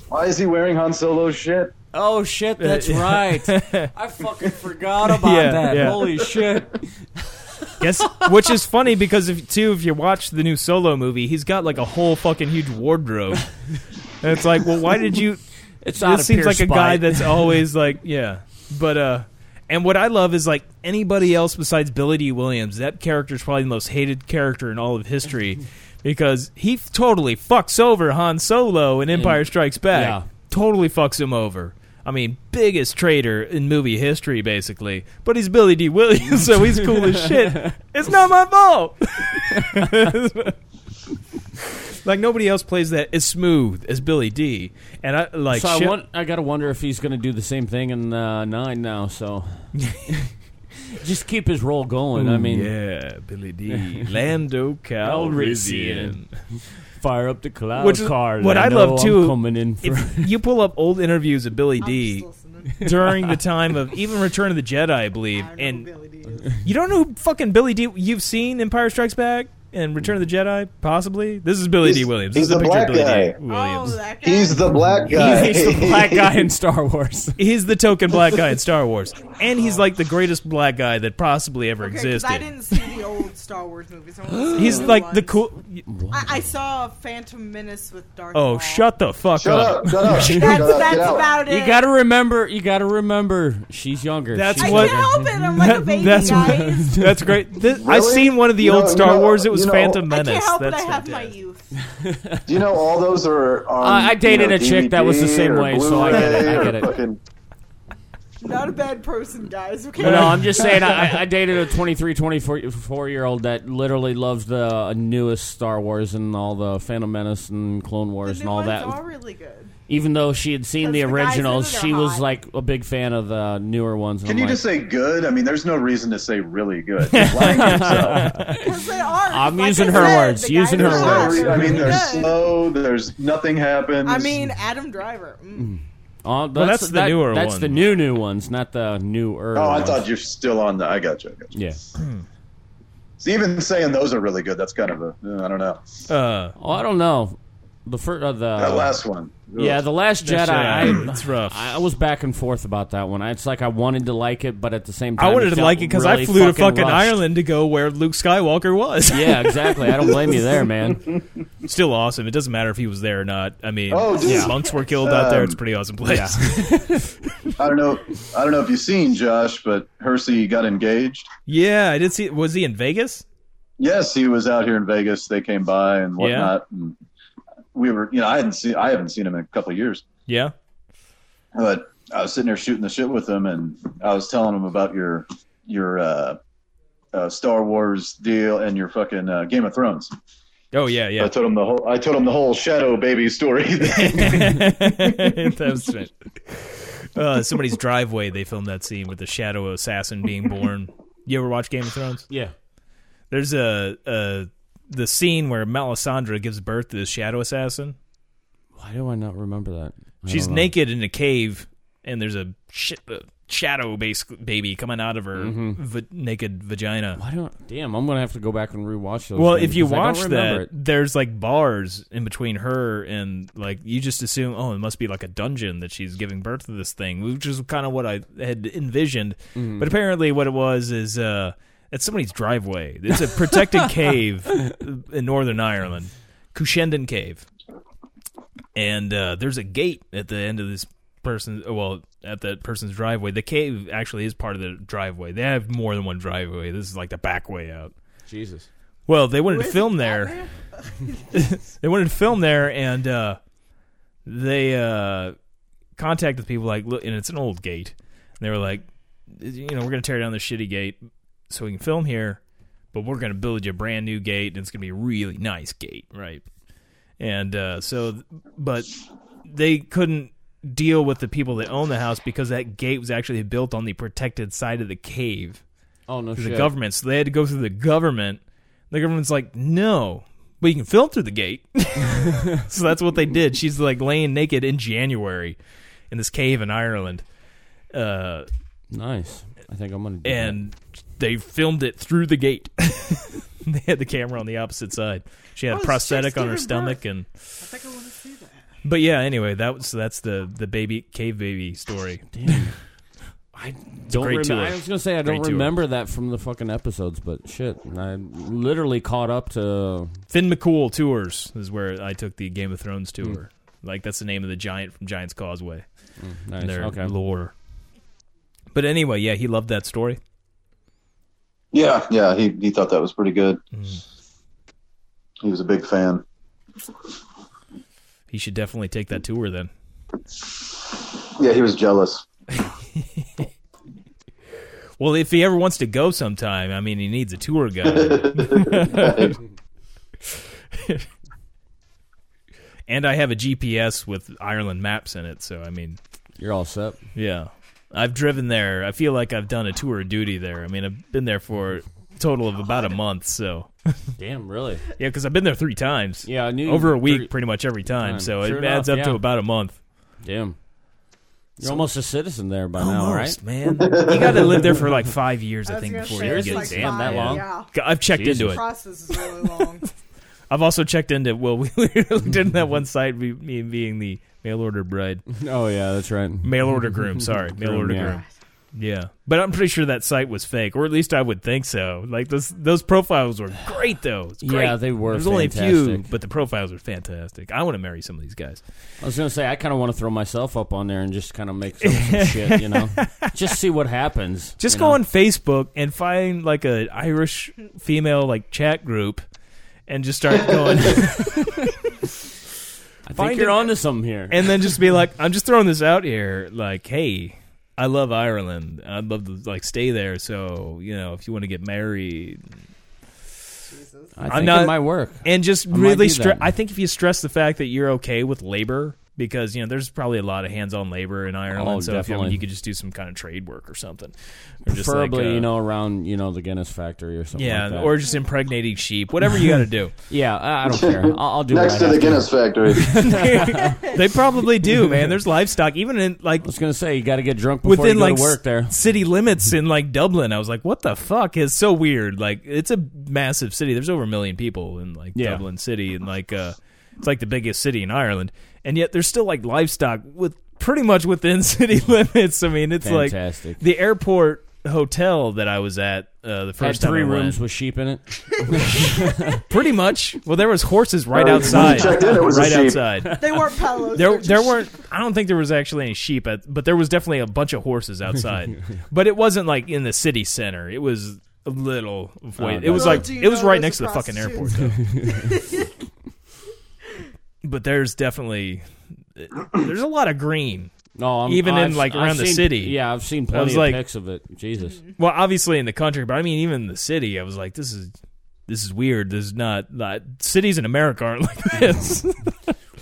S7: Why is he wearing Han Solo's shit?
S5: Oh shit, that's
S4: yeah.
S5: right. I fucking forgot about
S4: Yeah,
S5: that.
S4: yeah.
S5: Holy shit.
S4: Yes, which is funny because if too, if you watch the new Solo movie, he's got like a whole fucking huge wardrobe. And it's like, well, why did you?
S5: It's out
S4: This
S5: of
S4: seems
S5: pure
S4: like a guy
S5: spite.
S4: that's always like, yeah, but uh, and what I love is like anybody else besides Billy D. Williams, that character is probably the most hated character in all of history because he f- totally fucks over Han Solo in Empire Strikes Back.
S5: yeah.
S4: Totally fucks him over. I mean, biggest traitor in movie history, basically. But he's Billy D. Williams, so he's cool as shit. It's not my fault. like nobody else plays that as smooth as Billy D. And I like
S5: so
S4: shit-
S5: I want I gotta wonder if he's gonna do the same thing in uh, nine now. So just keep his role going. I
S4: Ooh,
S5: mean,
S4: yeah, Billy D. Lando Calrissian.
S5: Calrissian. fire up the cloud
S4: Which is
S5: car.
S4: what I
S5: Lando,
S4: love,
S5: I'm
S4: too.
S5: coming in for
S4: If you pull up old interviews of Billy
S6: I'm
S4: D.
S6: just listening.
S4: during the time of even Return of the Jedi, I believe,
S6: I know
S4: and
S6: Billy D is.
S4: you don't know who fucking Billy D. You've seen Empire Strikes Back and Return of the Jedi, possibly. This is Billy D.
S7: He's-
S4: Williams.
S7: he's
S4: this is a
S7: the
S4: picture of
S7: black
S4: Billy
S7: guy.
S4: D. Williams.
S6: Oh, that guy.
S7: He's the black guy.
S5: he's the black guy in Star Wars.
S4: He's the token black guy in Star Wars, and he's like the greatest black guy that possibly ever
S6: Okay, 'cause
S4: existed.
S6: I didn't see the old Star Wars movies. I only saw
S4: he's
S6: new
S4: like the
S6: ones.
S4: cool.
S6: I, I saw Phantom Menace with Darth.
S4: Oh,
S6: Maul.
S4: shut the fuck
S7: Shut up! Shut up! Shut
S6: That's,
S7: up,
S6: that's
S7: get out.
S6: about it.
S5: You gotta remember. You gotta remember. She's younger.
S4: That's
S5: She's
S6: I
S4: what-
S5: younger.
S6: can't help it. I'm like a baby,
S4: that's
S6: guys.
S4: that's great. This, I've
S7: Really?
S4: seen one of the
S7: You
S4: old
S7: know-
S4: Star
S7: you know-
S4: Wars. It was
S7: you know-
S4: Phantom
S6: I
S4: Menace.
S6: can't help it.
S4: that's
S6: I have my
S4: fantastic.
S6: youth.
S7: Do you know all those are?
S5: Uh,
S7: On,
S5: I dated
S7: you know,
S5: a chick that was the
S7: DVD
S5: same
S7: or
S5: way, so I get it, I
S7: Blu-ray
S5: get it.
S7: or Fucking,
S6: Not a bad person, guys. Okay.
S5: Well, no, I'm just saying I, I dated a 23, 24 year old that literally loves the uh, newest Star Wars and all the Phantom Menace and Clone
S6: the
S5: Wars
S6: new
S5: and all
S6: ones
S5: that.
S6: are really good.
S5: Even though she had seen the
S6: Because the guys in it
S5: originals,
S6: are
S5: she was
S6: hot.
S5: like a big fan of the newer ones. and
S7: can
S5: I'm
S7: you
S5: like,
S7: just say good? I mean, there's no reason to say really good. You're lying to yourself.
S6: Because they are.
S5: I'm
S6: Like
S5: using
S6: I
S5: her
S6: said,
S5: words,
S6: the
S5: using
S6: guys
S5: her
S6: are
S5: words.
S6: hot. They're
S7: I mean, they're
S6: really good.
S7: slow. There's nothing happens.
S6: I mean, Adam Driver. Mm.
S5: Oh, that's,
S4: that's the
S5: that-
S4: newer
S5: That's the
S4: one.
S5: new new ones, not the newer.
S7: oh, I
S5: ones.
S7: thought you're still on the. I got you. I got you.
S5: Yeah.
S7: So even saying those are really good, that's kind of a. uh, I don't know.
S4: Uh,
S5: Oh, I don't know. The first, uh, the
S7: That last one. Ugh.
S5: yeah, the Last Jedi.
S4: Jedi.
S5: I,
S4: It's rough.
S5: I was back and forth about that one. I- It's like I wanted to like it, but at the same time,
S4: I wanted to
S5: felt
S4: like it because
S5: really
S4: I flew to
S5: fucking
S4: fucking
S5: rushed.
S4: Ireland to go where Luke Skywalker was.
S5: Yeah, exactly. I don't blame you there, man.
S4: Still awesome. It doesn't matter if he was there or not. I mean,
S7: Oh, dude.
S4: yeah. monks were killed out there. It's a
S7: Um,
S4: pretty awesome place.
S7: I don't know. I don't know if you've seen Josh, but Hersey got engaged.
S4: Yeah. I did see. Was he in Vegas?
S7: Yes, he was out here in Vegas. They came by and whatnot. And we were, you know, I hadn't seen. I haven't seen him in a couple of years.
S4: Yeah.
S7: but I was sitting there shooting the shit with him, and I was telling him about your your uh, uh, Star Wars deal and your fucking uh, Game of Thrones.
S4: Oh yeah, yeah.
S7: I told him the whole I told him the whole Shadow Baby story. thing.
S4: that was it. Uh, somebody's driveway. They filmed that scene with the shadow assassin being born. You ever watch Game of Thrones?
S5: Yeah.
S4: There's a, a the scene where Melisandre gives birth to the shadow assassin.
S5: Why do I not remember that? I
S4: She's
S5: don't know.
S4: naked in a cave and there's a shit, uh, shadow base baby coming out of her va- naked vagina.
S5: Why don't? Damn, I'm gonna have to go back and rewatch those.
S4: Well,
S5: things,
S4: if you
S5: 'cause I don't
S4: watch that,
S5: remember it.
S4: there's like bars in between her and like you just assume, oh, it must be like a dungeon that she's giving birth to this thing, which is kind of what I had envisioned.
S5: Mm-hmm.
S4: But apparently, what it was is uh, it's somebody's driveway. It's a protected cave in Northern Ireland, Cushendon Cave, and uh, there's a gate at the end of this person. Well, at that person's driveway, the cave actually is part of the driveway. They have more than one driveway. This is like the back way out.
S5: Jesus.
S4: Well, they wanted
S6: Where's
S4: to film
S6: it
S4: there.
S6: at, man?
S4: They wanted to film there, and uh, they uh, contacted people like, look, and it's an old gate. And they were like, you know, we're gonna tear down this shitty gate so we can film here, but we're gonna build you a brand new gate, and it's gonna be a really nice gate, right? And uh, so, but they couldn't deal with the people that own the house because that gate was actually built on the protected side of the cave
S5: Oh no,
S4: to
S5: shit.
S4: the government. So they had to go through the government. The government's like, no, but you can film through the gate. so that's what they did. She's like laying naked in January in this cave in Ireland. Uh,
S5: Nice. I think I'm gonna. Do
S4: and they filmed it through the gate. they had the camera on the opposite side. She had
S6: Oh,
S4: a
S6: it's
S4: prosthetic
S6: just
S4: on her
S6: giving
S4: stomach
S6: birth.
S4: and
S6: I think I want to see that.
S4: but yeah, anyway, that was that's the the baby cave baby story.
S5: that. Damn. I don't
S4: great
S5: remember.
S4: tour.
S5: I was gonna say I
S4: Great
S5: don't
S4: tour.
S5: remember that from the fucking episodes, but shit, I literally caught up to.
S4: Finn McCool Tours is where I took the Game of Thrones
S5: Hmm.
S4: tour. Like that's the name of the giant from Giant's Causeway.
S5: Nice.
S4: their
S5: Okay.
S4: lore. But anyway, yeah, he loved that story.
S8: Yeah, yeah, he, he thought that was pretty good.
S5: Mm.
S8: He was a big fan.
S4: He should definitely take that tour then.
S8: Yeah, he was jealous.
S4: Well, if he ever wants to go sometime, I mean, he needs a tour guide. and I have a GPS with Ireland maps in it, so I mean,
S5: You're all set.
S4: yeah. I've driven there. I feel like I've done a tour of duty there. I mean, I've been there for a total of about a month, so
S5: Damn, really?
S4: yeah, cuz I've been there 3 times.
S5: Yeah, I knew
S4: Over a week
S5: three-
S4: pretty much every time,
S5: time.
S4: so
S5: Sure
S4: it adds
S5: enough,
S4: up to
S5: yeah.
S4: about a month.
S5: Damn. You're almost a citizen there by now, right?
S4: Almost, man. you got to live there for like five years, I,
S6: was
S4: think,
S6: gonna
S4: before
S6: say,
S4: you
S6: it's
S4: get
S6: like
S4: it.
S5: Damn, that
S6: five,
S5: long?
S6: Yeah.
S4: I've checked
S5: Jesus.
S4: into it.
S6: Process is really long.
S4: I've also checked into. Well, we looked into that one site. Me, me being the mail order bride,
S5: Oh yeah, that's right.
S4: mail order groom. Sorry, mail
S5: Groom,
S4: order
S5: yeah.
S4: groom. Yeah, but I'm pretty sure that site was fake, or at least I would think so. Like those those profiles were great, though. It's
S5: Yeah,
S4: great.
S5: they were
S4: There's only a few,
S5: fantastic.
S4: but the profiles were fantastic. I want to marry some of these guys.
S5: I was gonna say I kind of want to throw myself up on there and just kind of make some, some shit, you know, just see what happens.
S4: Just
S5: you
S4: go
S5: know?
S4: on Facebook and find like a Irish female like chat group, and just start going.
S5: I think
S4: find
S5: you're
S4: it-
S5: onto something here.
S4: and then just be like, I'm just throwing this out here. Like, hey, I love Ireland. I'd love to like stay there. So you know, if you want to get married,
S5: I think
S4: I'm not-
S5: it might work.
S4: and just
S5: might
S4: really
S5: do
S4: stress.
S5: that.
S4: I think if you stress the fact that you're okay with labor, because you know, there's probably a lot of hands-on labor in Ireland.
S5: Oh,
S4: so if you, I mean,
S5: definitely.
S4: you could just do some kind of trade work or something, Or just, like,
S5: Preferably,
S4: uh,
S5: you know, around you know the Guinness factory or something.
S4: Yeah,
S5: like that.
S4: or just impregnating sheep, whatever you got to do.
S5: yeah, I, I don't care. I'll, I'll do
S8: Next
S5: what
S8: to
S5: I
S8: the
S5: have
S8: Guinness factory.
S4: they probably do, man. There's livestock, even in like
S5: I was gonna say you got to get drunk before
S4: within
S5: you go
S4: like
S5: to work there.
S4: city limits in like Dublin. I was like, what the fuck is so weird? Like it's a massive city. There's over a million people in like
S5: Yeah.
S4: Dublin city and like uh it's like the biggest city in Ireland. And yet there's still like livestock with pretty much within city limits. I mean, it's like
S5: Fantastic.
S4: the airport hotel that I was at uh, the
S5: Had
S4: first time
S5: three
S4: I went.
S5: rooms with sheep in it.
S4: pretty much. Well, there was horses right
S8: Oh, When you
S4: outside.
S8: checked in, it was a
S4: right
S8: sheep.
S4: outside.
S6: They weren't pillows.
S4: There,
S6: they're just
S4: there weren't. I don't think there was actually any sheep, at, but there was definitely a bunch of horses outside. but it wasn't like in the city center. It was a little. Of way,
S5: Oh,
S4: it was
S6: Little
S4: like
S6: do you
S4: it was
S6: know
S4: right next
S6: there's
S4: to the fucking airport.
S6: prostitutes.
S4: though. but there's definitely there's a lot of green.
S5: No, I'm,
S4: Even in,
S5: I've-
S4: like,
S5: I've
S4: around the
S5: seen-
S4: city.
S5: Yeah, I've seen
S4: was
S5: plenty of
S4: like-
S5: pics of it. Jesus,
S4: Well, obviously in the country, but I mean even in the city. I was like, this is this is weird. This is not, not cities in America aren't like this.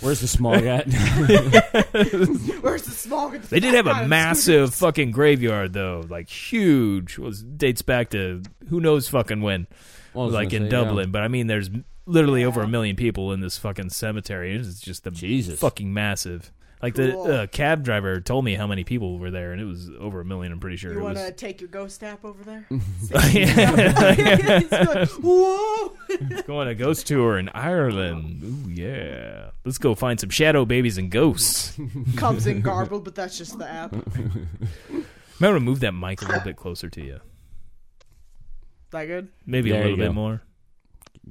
S5: where's the small guy?
S6: Where's the small?
S4: They did have a massive fucking graveyard though, like huge. Was dates back to who knows fucking when,
S5: Well, I was
S4: like
S5: gonna
S4: in
S5: say, yeah.
S4: Dublin. But I mean, there's literally over a million people in this fucking cemetery. It's just the
S5: Jesus.
S4: fucking massive. Like
S6: Cool.
S4: the uh, cab driver told me how many people were there, and it was over a million. I'm pretty sure
S6: You
S4: it
S6: want
S4: was.
S6: to take your ghost app over there?
S4: Yeah.
S6: It's like, Whoa!
S4: going on a ghost tour in Ireland. Ooh yeah, let's go find some shadow babies and ghosts.
S6: Comes in garbled, but that's just the app.
S4: Maybe to move that mic a little bit closer to you.
S6: That good?
S4: Maybe
S5: There
S4: a little
S5: you go.
S4: bit more.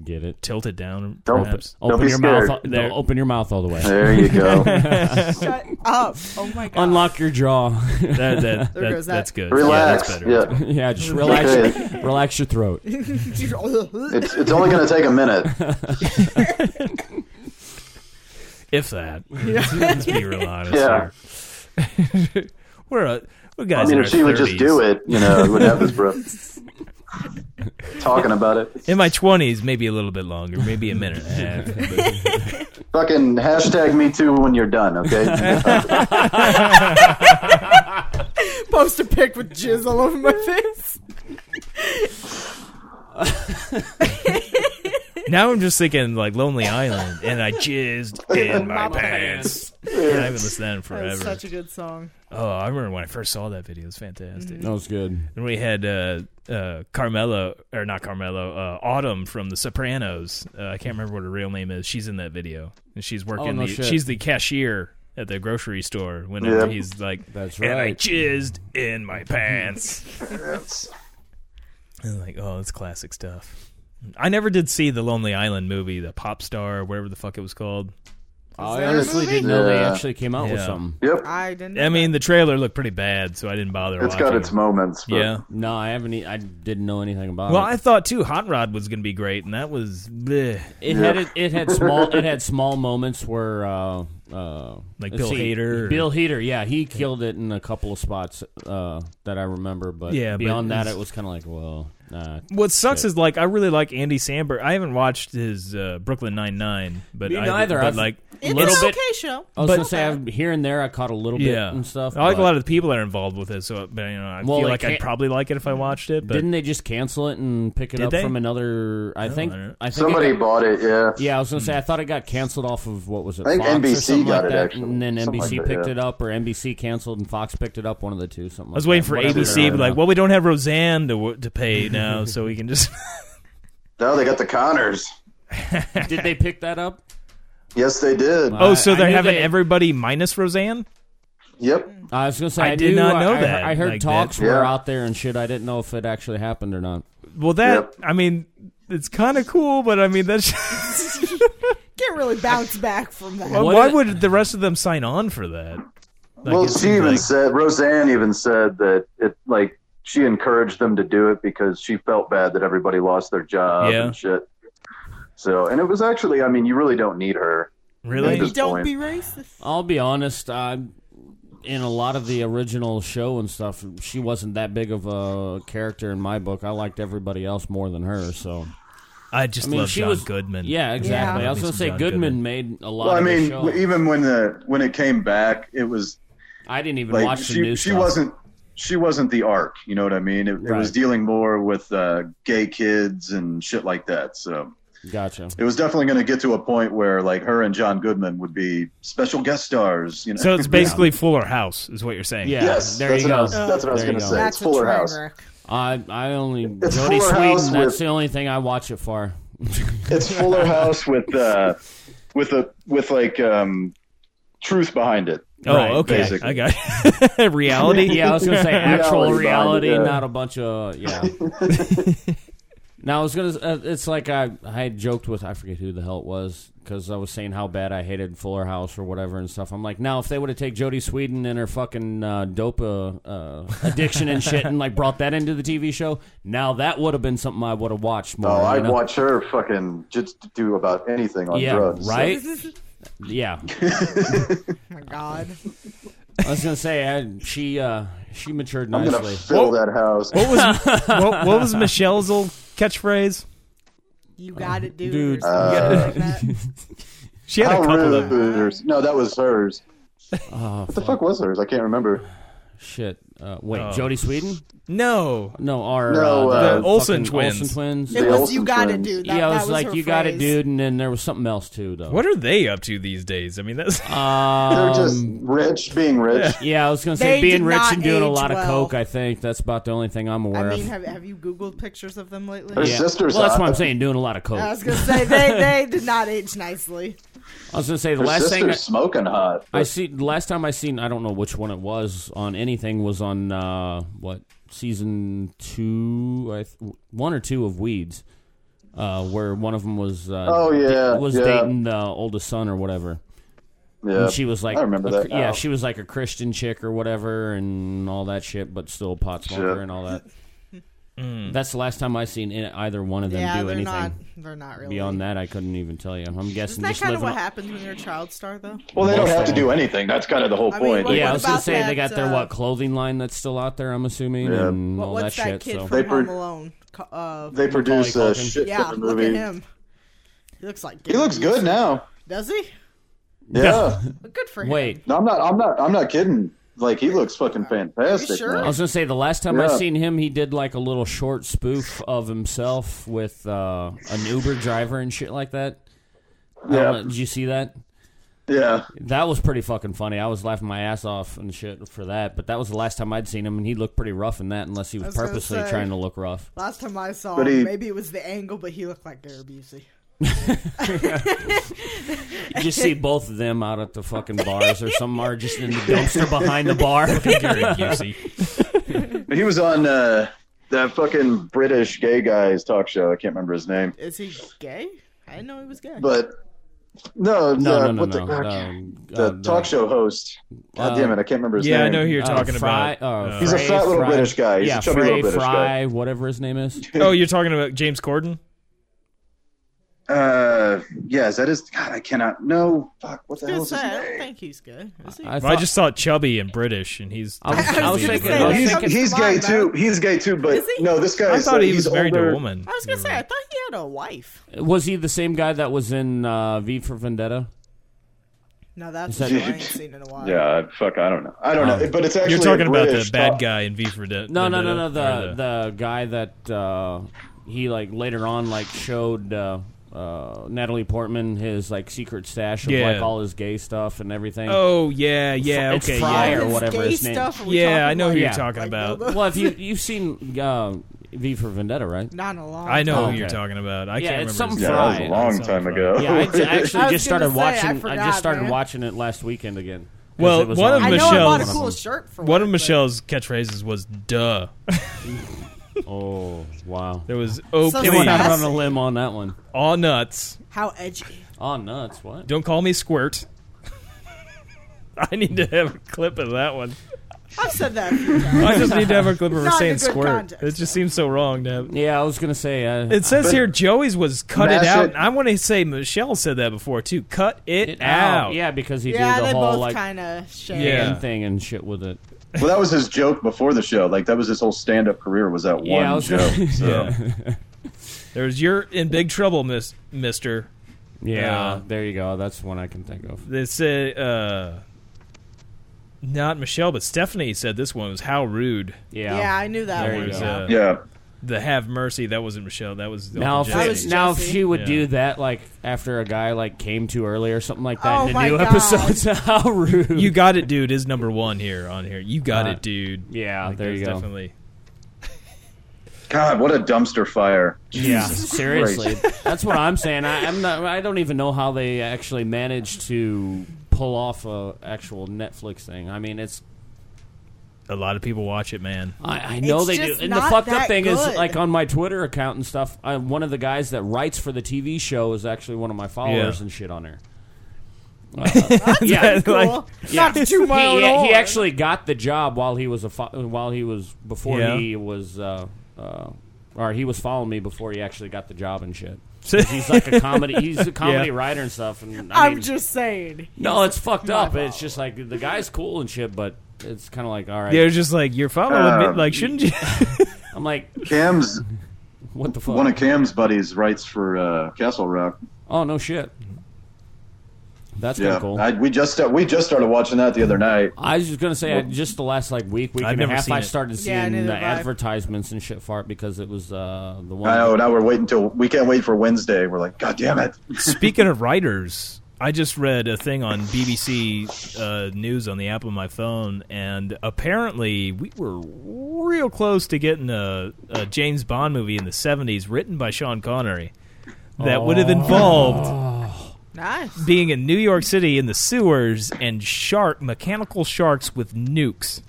S5: Get it?
S4: Tilt it down,
S7: Don't-
S4: perhaps.
S5: Open
S7: be
S5: your
S7: scared.
S5: mouth.
S4: There.
S5: Don't open your mouth all the way.
S7: There you go.
S6: Shut up! Oh my god!
S5: Unlock your jaw.
S4: That, that,
S6: There
S4: that-
S6: goes that.
S4: That's good.
S7: Relax.
S4: Yeah, that's better.
S7: Yeah,
S5: yeah, just relax.
S7: Okay.
S5: Relax your throat.
S7: it's it's only gonna take a minute.
S4: If that. Let's be real honest
S7: Yeah.
S4: here. We're a, we're
S7: I
S4: guys.
S7: mean,
S4: in
S7: if
S4: our
S7: she would just
S4: 30s.
S7: do it, you know, it would have this breath. Talking about it,
S4: In my twenties, maybe a little bit longer, maybe a minute and a half.
S7: fucking hashtag me too when you're done. Okay.
S6: Post a pic with jizz all over my face.
S4: Now I'm just thinking like Lonely Island, and I jizzed in my pants. Yeah, I haven't listened to that in
S6: That's
S4: forever.
S6: such a good song.
S4: Oh, I remember when I first saw that video. It was fantastic.
S5: That was good.
S4: And we had uh, uh, Carmelo, or not Carmelo, uh, Autumn from The Sopranos. Uh, I can't remember what her real name is. She's in that video, and she's working.
S5: Oh, no
S4: the,
S5: shit.
S4: She's the cashier at the grocery store. Whenever
S7: Yeah.
S4: he's like,
S5: That's
S4: and I
S5: right.
S4: jizzed in my pants. and like, oh, it's classic stuff. I never did see the Lonely Island movie, the pop star, or whatever the fuck it was called.
S5: I
S6: there a
S5: honestly
S6: movie?
S5: didn't know they
S7: Yeah.
S5: actually came out with
S4: Yeah.
S5: something.
S7: yep.
S6: I didn't.
S4: I mean, the trailer looked pretty bad, so I didn't bother.
S7: It's
S4: watching
S7: got its
S4: it.
S7: moments. But
S4: yeah.
S5: No, I haven't. E- I didn't know anything about
S4: Well,
S5: it.
S4: I thought too, Hot Rod was gonna be great, and that was bleh.
S5: It had it, it had small it had small moments where uh, uh,
S4: Like
S5: let's
S4: Bill Hader or-
S5: Bill Hader, yeah, he killed it in a couple of spots uh, that I remember, but
S4: Yeah, but
S5: beyond that,
S4: it's-
S5: it was kind of like, well, nah.
S4: What sucks is like I really like Andy Samberg. I haven't watched his uh, Brooklyn Nine Nine, but
S5: Me
S4: I,
S5: neither.
S4: But
S5: I've-
S4: like
S6: it's
S5: little
S6: an
S5: bit-
S6: okay show.
S5: I was
S4: But-
S5: gonna say I've, here and there I caught a little
S4: yeah,
S5: bit and stuff.
S4: I like a
S5: but
S4: lot of the people that are involved with it, so but, you know I
S5: Well,
S4: feel
S5: they
S4: like I'd
S5: can't-
S4: probably like it if I watched it. But
S5: Didn't they just cancel it and pick it
S4: Did
S5: up
S4: they?
S5: from another? I think
S4: I don't-
S5: I think it
S7: Somebody
S5: got-
S7: bought it. Yeah.
S5: Yeah, I was gonna say I
S4: Hmm.
S5: thought it got canceled off of what was it?
S7: I think
S5: Fox or
S7: NBC
S5: something
S7: got
S5: like
S7: it,
S5: that,
S7: actually.
S5: and then
S7: Something
S5: NBC
S7: like that,
S5: picked
S7: yeah.
S5: it up, or NBC canceled and Fox picked it up. One of the two. Something.
S4: I was waiting for
S5: like that. Whatever.
S4: ABC, but like, well, we don't have Roseanne to w- to pay now, so we can just.
S7: Now they got the Connors.
S5: did they pick that up?
S7: Yes, they did.
S5: Wow.
S4: oh,
S5: I-
S4: so
S5: I
S4: they're
S5: knew
S4: having
S5: they-
S4: everybody minus Roseanne.
S7: Yep.
S5: I was gonna say
S4: I
S5: I,
S4: did
S5: knew-
S4: not know
S5: I- I-
S4: that,
S5: I heard
S4: like,
S5: talks
S7: that-
S5: were
S7: Yeah.
S5: out there and shit. I didn't know if it actually happened or not.
S4: Well, that
S7: Yep.
S4: I mean, it's kind of cool, but I mean that's.
S6: Can't really bounce back from that.
S4: Why-
S5: What
S4: Why
S5: it-
S4: would the rest of them sign on for that? Like,
S7: well,
S4: it
S7: she
S4: seems
S7: even
S4: like-
S7: said Roseanne even said that it like she encouraged them to do it because she felt bad that everybody lost their job
S4: Yeah.
S7: and shit. So, and it was actually, I mean, you really don't need her.
S4: really.
S7: Just-
S6: Don't
S7: point.
S6: be racist.
S5: I'll be honest. I in a lot of the original show and stuff, she wasn't that big of a character in my book. I liked everybody else more than her. So
S4: I just
S5: I mean,
S4: love
S5: she
S4: John
S5: was-
S4: Goodman.
S5: yeah, exactly.
S4: Yeah.
S5: I was gonna say
S4: John
S5: Goodman
S4: Goodman.
S5: made a lot.
S8: Well, I
S5: of the
S8: mean,
S5: show.
S8: even when the when it came back, it was
S5: I didn't even
S8: like
S5: watch the
S8: she
S5: new
S8: she
S5: stuff.
S8: wasn't she wasn't the arc. You know what I mean? It, it was
S5: Right.
S8: dealing more with uh, gay kids and shit like that. So
S5: Gotcha.
S8: it was definitely going to get to a point where like her and John Goodman would be special guest stars. You know,
S4: So it's basically Fuller House, is what you're saying.
S5: Yeah.
S7: yes,
S5: there
S7: that's,
S5: you
S7: what
S5: go.
S7: I was, that's what I was
S5: There you
S7: going to
S5: go.
S7: say.
S6: That's
S7: it's
S6: a
S7: Fuller
S6: train
S7: House.
S6: wreck. Oh
S5: I I only
S7: It's
S5: Jody
S7: Fuller
S5: Sweden.
S7: House
S5: That's
S7: with-
S5: the only thing I watch it for.
S8: It's Fuller House with uh, with a with like um, truth behind it.
S4: Oh,
S5: Right,
S4: okay.
S8: basically.
S4: I got reality.
S5: Yeah, I was gonna say actual
S7: Reality,
S5: reality,
S7: yeah.
S5: not a bunch of yeah. now I was gonna. Uh, it's like I I had joked with I forget who the hell it was because I was saying how bad I hated Fuller House or whatever and stuff. I'm like, now if they would have taken Jodie Sweden and her fucking uh, dope uh, uh, addiction and shit and like brought that into the TV show, now that would have been something I would have watched more.
S7: Oh,
S5: you
S7: I'd
S5: know?
S7: watch her fucking just do about anything on
S5: Yeah,
S7: drugs.
S5: right. yeah,
S6: Oh my god.
S5: I was gonna say I, she uh, she matured
S7: I'm going
S5: nicely.
S7: to fill that house.
S4: What was what, what was Michelle's old catchphrase?
S6: You got
S4: Oh.
S6: it, dude.
S5: dude.
S7: uh,
S6: or something like that.
S4: She had
S7: How
S4: a couple
S7: rude.
S4: of.
S7: No, that was hers.
S5: Oh,
S7: What the fuck was hers? I can't remember.
S5: Shit. Uh, wait,
S4: Oh.
S5: Jody Sweden?
S4: no.
S5: No, our
S7: No,
S5: uh,
S7: uh,
S5: the
S4: The Olsen
S5: fucking
S4: twins.
S5: Olsen twins.
S7: The
S6: It was
S7: Olsen
S6: you got it,
S7: twins.
S6: dude. That,
S5: yeah, I
S6: that
S5: was,
S6: was
S5: like,
S6: her
S5: you got it,
S6: phrase.
S5: dude, and then there was something else too, though.
S4: What are they up to these days? I mean, that's
S5: Um,
S7: They're just rich, being rich.
S5: yeah, I was gonna say
S6: They
S5: being
S6: did
S5: rich
S6: not
S5: and doing a
S6: age
S5: lot of
S6: well.
S5: coke. I think that's about the only thing I'm
S6: I
S5: aware
S6: mean,
S5: of.
S6: have, have you Googled pictures of them lately?
S7: Their
S5: Yeah.
S7: sisters.
S5: well, that's
S7: are-
S5: what I'm saying. Doing a lot of coke.
S6: I was gonna say they, they did not age nicely.
S5: I was gonna say the
S7: Their
S5: last
S7: sisters
S5: thing I,
S7: smoking hot.
S5: I see. The last time I seen, I don't know which one it was on anything was on uh, what season two, I th- one or two of Weeds, uh, where one of them was uh,
S7: Oh, yeah,
S5: was
S7: yeah.
S5: dating the oldest son or whatever.
S7: yeah,
S5: And she was like,
S7: I remember
S5: a
S7: that.
S5: cr- Yeah,
S7: now.
S5: she was like a Christian chick or whatever, and all that shit, but still a pot smoker
S7: Shit.
S5: and all that. That's the last time I seen in- either one of them
S6: Hmm. yeah,
S5: do
S6: they're
S5: anything.
S6: not. They're not really.
S5: Beyond that, I couldn't even tell you. I'm guessing
S6: Isn't that
S5: just
S6: kind of
S5: living.
S6: what
S5: on-
S6: happens when you're a child star, though?
S7: Well, they don't have to
S5: Mustang.
S7: do anything. That's kind of the whole
S6: I mean,
S7: point.
S6: what-
S5: yeah, I
S6: what
S5: was gonna
S6: about
S5: say they got
S6: that,
S5: their
S6: uh,
S5: what clothing line that's still out there. I'm assuming
S7: Yeah.
S5: and
S6: What,
S5: all
S6: what's that,
S5: shit.
S6: kid
S5: so
S6: from
S7: They
S6: Home
S7: pro-
S6: Alone? Co- Uh,
S7: they produce
S5: Macaulay
S7: a
S5: Culkin.
S7: shit
S6: yeah,
S7: ton of
S6: look
S7: movies.
S6: at him. He looks like
S7: He looks good now.
S6: Does he?
S7: Yeah.
S6: Good for him.
S5: wait,
S7: no, I'm not. I'm not. I'm not kidding. Like he looks fucking fantastic.
S6: Are you sure?
S5: I
S7: man.
S5: was gonna say the last time I
S7: Yeah.
S5: seen him, he did like a little short spoof of himself with uh, an Uber driver and shit like that. I don't
S7: Yeah.
S5: know, did you see that?
S7: Yeah.
S5: That was pretty fucking funny. I was laughing my ass off and shit for that. But that was the last time I'd seen him, and he looked pretty rough in that, unless he was,
S6: was gonna
S5: purposely
S6: say.
S5: trying to look rough.
S6: Last time I saw
S7: But
S6: him,
S7: he-
S6: maybe it was the angle, but he looked like Gary Busey.
S5: You just see both of them out at the fucking bars or some are just in the dumpster behind the bar.
S4: Gary Busey.
S7: He was on uh, that fucking British gay guy's talk show. I can't remember his name,
S6: Is he gay? I didn't know he was gay.
S7: but no,
S5: No,
S7: uh,
S5: no,
S7: what
S5: no, no.
S7: The,
S5: Um,
S7: the
S5: uh,
S7: talk show host. God
S5: uh,
S7: damn it, I can't remember his
S4: Yeah, I
S7: name.
S4: know who you're
S5: uh,
S4: talking
S5: Fry-
S4: about.
S5: uh,
S4: Uh,
S7: He's a
S5: Fray,
S7: fat little
S5: Fry-
S7: British guy. He's
S5: yeah,
S7: a chubby little
S5: Fray,
S7: British
S5: Fry, whatever his name is.
S4: oh, you're talking about James Corden?
S7: Uh, yeah, is that his? God, I cannot. No, fuck. What the
S6: I
S7: hell
S6: was
S7: is his
S6: gonna say, I don't
S7: name?
S6: think he's gay. Is he?
S5: I,
S4: Well, I
S5: thought-
S4: just saw chubby and British, and he's.
S5: I was-
S6: I was
S4: he's
S6: gonna
S4: British.
S6: say that.
S5: I
S7: He's,
S6: think
S7: he's
S6: it's
S7: gay
S6: fine,
S7: too.
S6: man.
S7: He's gay too. But
S6: Is he?
S7: no, this guy.
S4: I
S7: is
S4: thought
S7: like-
S4: he was
S7: he's
S4: married
S7: older.
S4: to a woman.
S6: I was gonna say I thought he had a wife.
S5: was he the same guy that was in uh, V for Vendetta?
S6: Now that's
S5: Is that-
S6: a show I ain't seen in a while.
S7: Yeah, fuck. I don't know. I don't know. But it's actually
S4: Oh. You're talking
S7: a
S4: about the
S7: British
S4: bad
S7: talk-
S4: guy in V for Dead.
S5: No, no, no, no. The the guy that uh, he like later on like showed uh, uh, Natalie Portman his like secret stash of
S4: Yeah.
S5: like all his gay stuff and everything.
S4: Oh yeah, yeah,
S5: It's
S4: okay,
S5: Fry
S4: yeah.
S5: or
S6: His
S5: whatever
S6: gay
S5: his name-
S6: stuff. are we
S4: Yeah, I
S6: talking
S4: know who
S6: like-
S4: you're
S5: Yeah.
S4: talking about.
S6: Like,
S5: Well, if you you've seen uh, V for Vendetta, right?
S6: Not in a long.
S4: I know
S5: Oh,
S4: who you're
S5: okay.
S4: talking about. I
S5: Yeah,
S4: can't remember.
S5: it's something
S4: his
S7: Yeah,
S4: name.
S7: that was
S5: Fry.
S7: a long
S4: Sounds
S7: time
S4: like-
S7: ago.
S5: Yeah, I j-
S6: I
S5: actually
S6: was
S5: just started
S6: gonna say, I
S5: watching. I, just
S6: forgot,
S5: started
S6: man.
S5: watching it last weekend again. 'Cause
S4: Well,
S5: it was
S4: one
S5: on-
S4: of
S6: I know I bought a
S4: Michelle's-
S6: cool shirt for
S4: One of
S6: it, but-
S4: Michelle's catchphrases was "Duh."
S5: Oh wow!
S4: There was "Oh
S6: Some
S5: Went out
S4: please,
S6: sass-
S5: on a limb on that one.
S4: all nuts.
S6: How edgy.
S5: Oh nuts! What?
S4: Don't call me squirt." I need to have a clip of that one.
S6: I've said that. a few times.
S4: I just need to have a clip of her
S6: Not in
S4: saying
S6: good
S4: squirt.
S6: context.
S4: It just seems so wrong to have.
S5: Yeah, I was gonna say. Uh,
S4: It says here Joey's was cut it
S7: Massive-
S4: out. and I want to say Michelle said that before too. Cut it,
S5: it
S4: out.
S5: out. uh, Yeah, because he
S6: Yeah,
S5: did
S6: they
S5: the whole
S6: both
S5: like
S6: kind of share.
S4: Yeah.
S5: hand thing and shit with it.
S7: Well, that was his joke before the show. Like that was his whole stand-up career was that one
S5: Yeah, I was
S7: joke.
S5: gonna-
S7: so.
S4: There's you're in big trouble, Miss Mister.
S5: Yeah,
S4: Uh,
S5: there you go. That's one I can think of.
S4: They said uh, not Michelle, but Stephanie said this one was how rude.
S5: Yeah.
S6: Yeah, I knew that
S5: There
S6: one.
S5: you
S4: Was,
S5: go.
S4: uh,
S7: yeah,
S4: The have mercy. That wasn't Michelle. That was
S5: Now,
S4: Uncle
S5: if,
S6: That
S4: Jesse.
S6: was
S5: now if
S6: Jesse.
S5: she would
S4: Yeah.
S5: do that, like after a guy like came too early or something like that
S6: Oh
S5: in a
S6: my
S5: new
S6: God.
S5: episode, how rude!
S4: you got it, dude. Is number one here on here. You got
S5: Uh,
S4: it, dude.
S5: yeah,
S4: Like,
S5: there you
S4: that's
S5: go.
S4: Definitely.
S7: God, what a dumpster fire!
S5: Yeah,
S7: Jesus
S5: seriously,
S7: Christ.
S5: that's what I'm saying. I, I'm not. I don't even know how they actually managed to pull off a actual Netflix thing. I mean, it's.
S4: A lot of people watch it, man.
S5: I, I know
S6: It's
S5: they
S6: just
S5: do, and the
S6: not
S5: fucked up
S6: that
S5: thing is
S6: good.
S5: like on my Twitter account and stuff. I, one of the guys that writes for the TV show is actually one of my followers
S4: Yeah.
S5: and shit on there. Uh, yeah,
S6: Cool.
S5: like-
S6: Not to toot my
S5: he, he-
S6: own
S5: he
S6: horn.
S5: actually got the job while he was a fo- while he was before
S4: Yeah.
S5: he was uh, uh, or he was following me before he actually got the job and shit. 'Cause he's like a comedy. He's a comedy
S4: Yeah.
S5: writer and stuff. And I
S6: I'm
S5: mean,
S6: just saying.
S5: no, it's fucked
S6: my
S5: up. It's just like the guy's cool and shit, but it's kind of like all right.
S4: They're just like you're following
S7: Um,
S4: me. Like, shouldn't you?
S5: I'm like,
S7: Cam's
S5: what the fuck?
S7: one of Cam's buddies writes for uh, Castle Rock.
S5: oh no shit. Oh, That's kinda
S8: Yeah,
S5: cool.
S8: I, we just
S7: uh,
S8: sta- we just started watching that the other night.
S5: I was just gonna say, I, just the last like week, week
S4: I've
S5: and a
S4: never
S5: half,
S4: seen
S5: I
S4: it.
S5: started seeing
S6: Yeah, neither
S5: the
S6: have I.
S5: advertisements and shit for it because it was uh, the
S4: Oh.
S5: one.
S8: I know now we're waiting till we can't wait for Wednesday. We're like, God damn it!
S4: Speaking of writers, I just read a thing on BBC uh, News on the app on my phone, and apparently we were real close to getting a, a James Bond movie in the 70s written by Sean Connery that would have involved
S6: Nice.
S4: being in New York City in the sewers and shark mechanical sharks with nukes.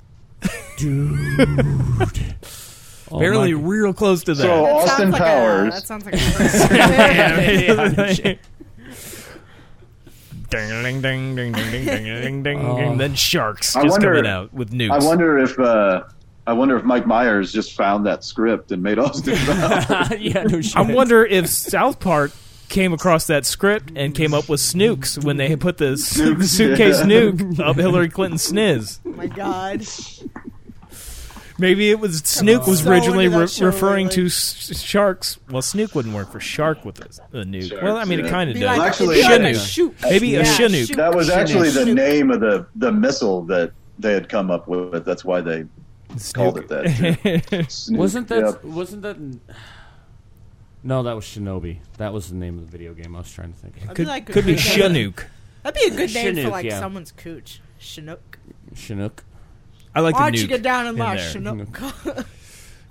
S5: Oh,
S4: Apparently,
S5: my-
S4: real close to that.
S8: So- Austin
S6: sounds like
S8: Powers.
S6: A, that sounds like a person.
S4: Ding, ding, ding, ding, ding, ding, ding, ding, ding,
S5: Oh.
S4: and then sharks
S8: I
S4: just
S8: wonder-
S4: coming out with nukes.
S8: I wonder if uh, I wonder if Mike Myers just found that script and made Austin. Powers.
S5: yeah, no shit.
S4: I wonder if South Park came across that script and came up with snooks when they put the, s- the suitcase
S8: yeah.
S4: nuke up Hillary Clinton's sniz.
S6: oh my god.
S4: Maybe it was snook was
S6: so
S4: originally
S6: into that
S4: re-
S6: show
S4: referring to
S6: lately.
S4: s- sharks. Well, snook wouldn't work for shark with a, a nuke.
S8: Sharks,
S4: well, I mean, it
S8: yeah.
S4: kind of
S6: Be
S4: does.
S6: like
S8: Actually,
S6: a
S4: Chinook.
S6: Chinook. shoot.
S4: Maybe a
S6: Yeah,
S4: Chinook.
S6: shoot.
S8: that was actually the
S6: Shoot.
S8: name of the the missile that they had come up with. That's why they called it that. too.
S5: wasn't that
S8: Yep.
S5: wasn't that? No, that was Shinobi. That was the name of the video game. I was trying to think. of.
S6: That'd
S4: could,
S6: like a
S4: could be
S6: good name.
S4: Chinook.
S6: That'd be a good name for
S5: Chinook,
S6: like
S5: yeah.
S6: someone's cooch. Chinook.
S5: Chinook
S4: I like
S6: Why
S4: the
S6: don't you
S4: nuke.
S6: get down and
S4: in
S6: laugh,
S4: there.
S6: Chinook?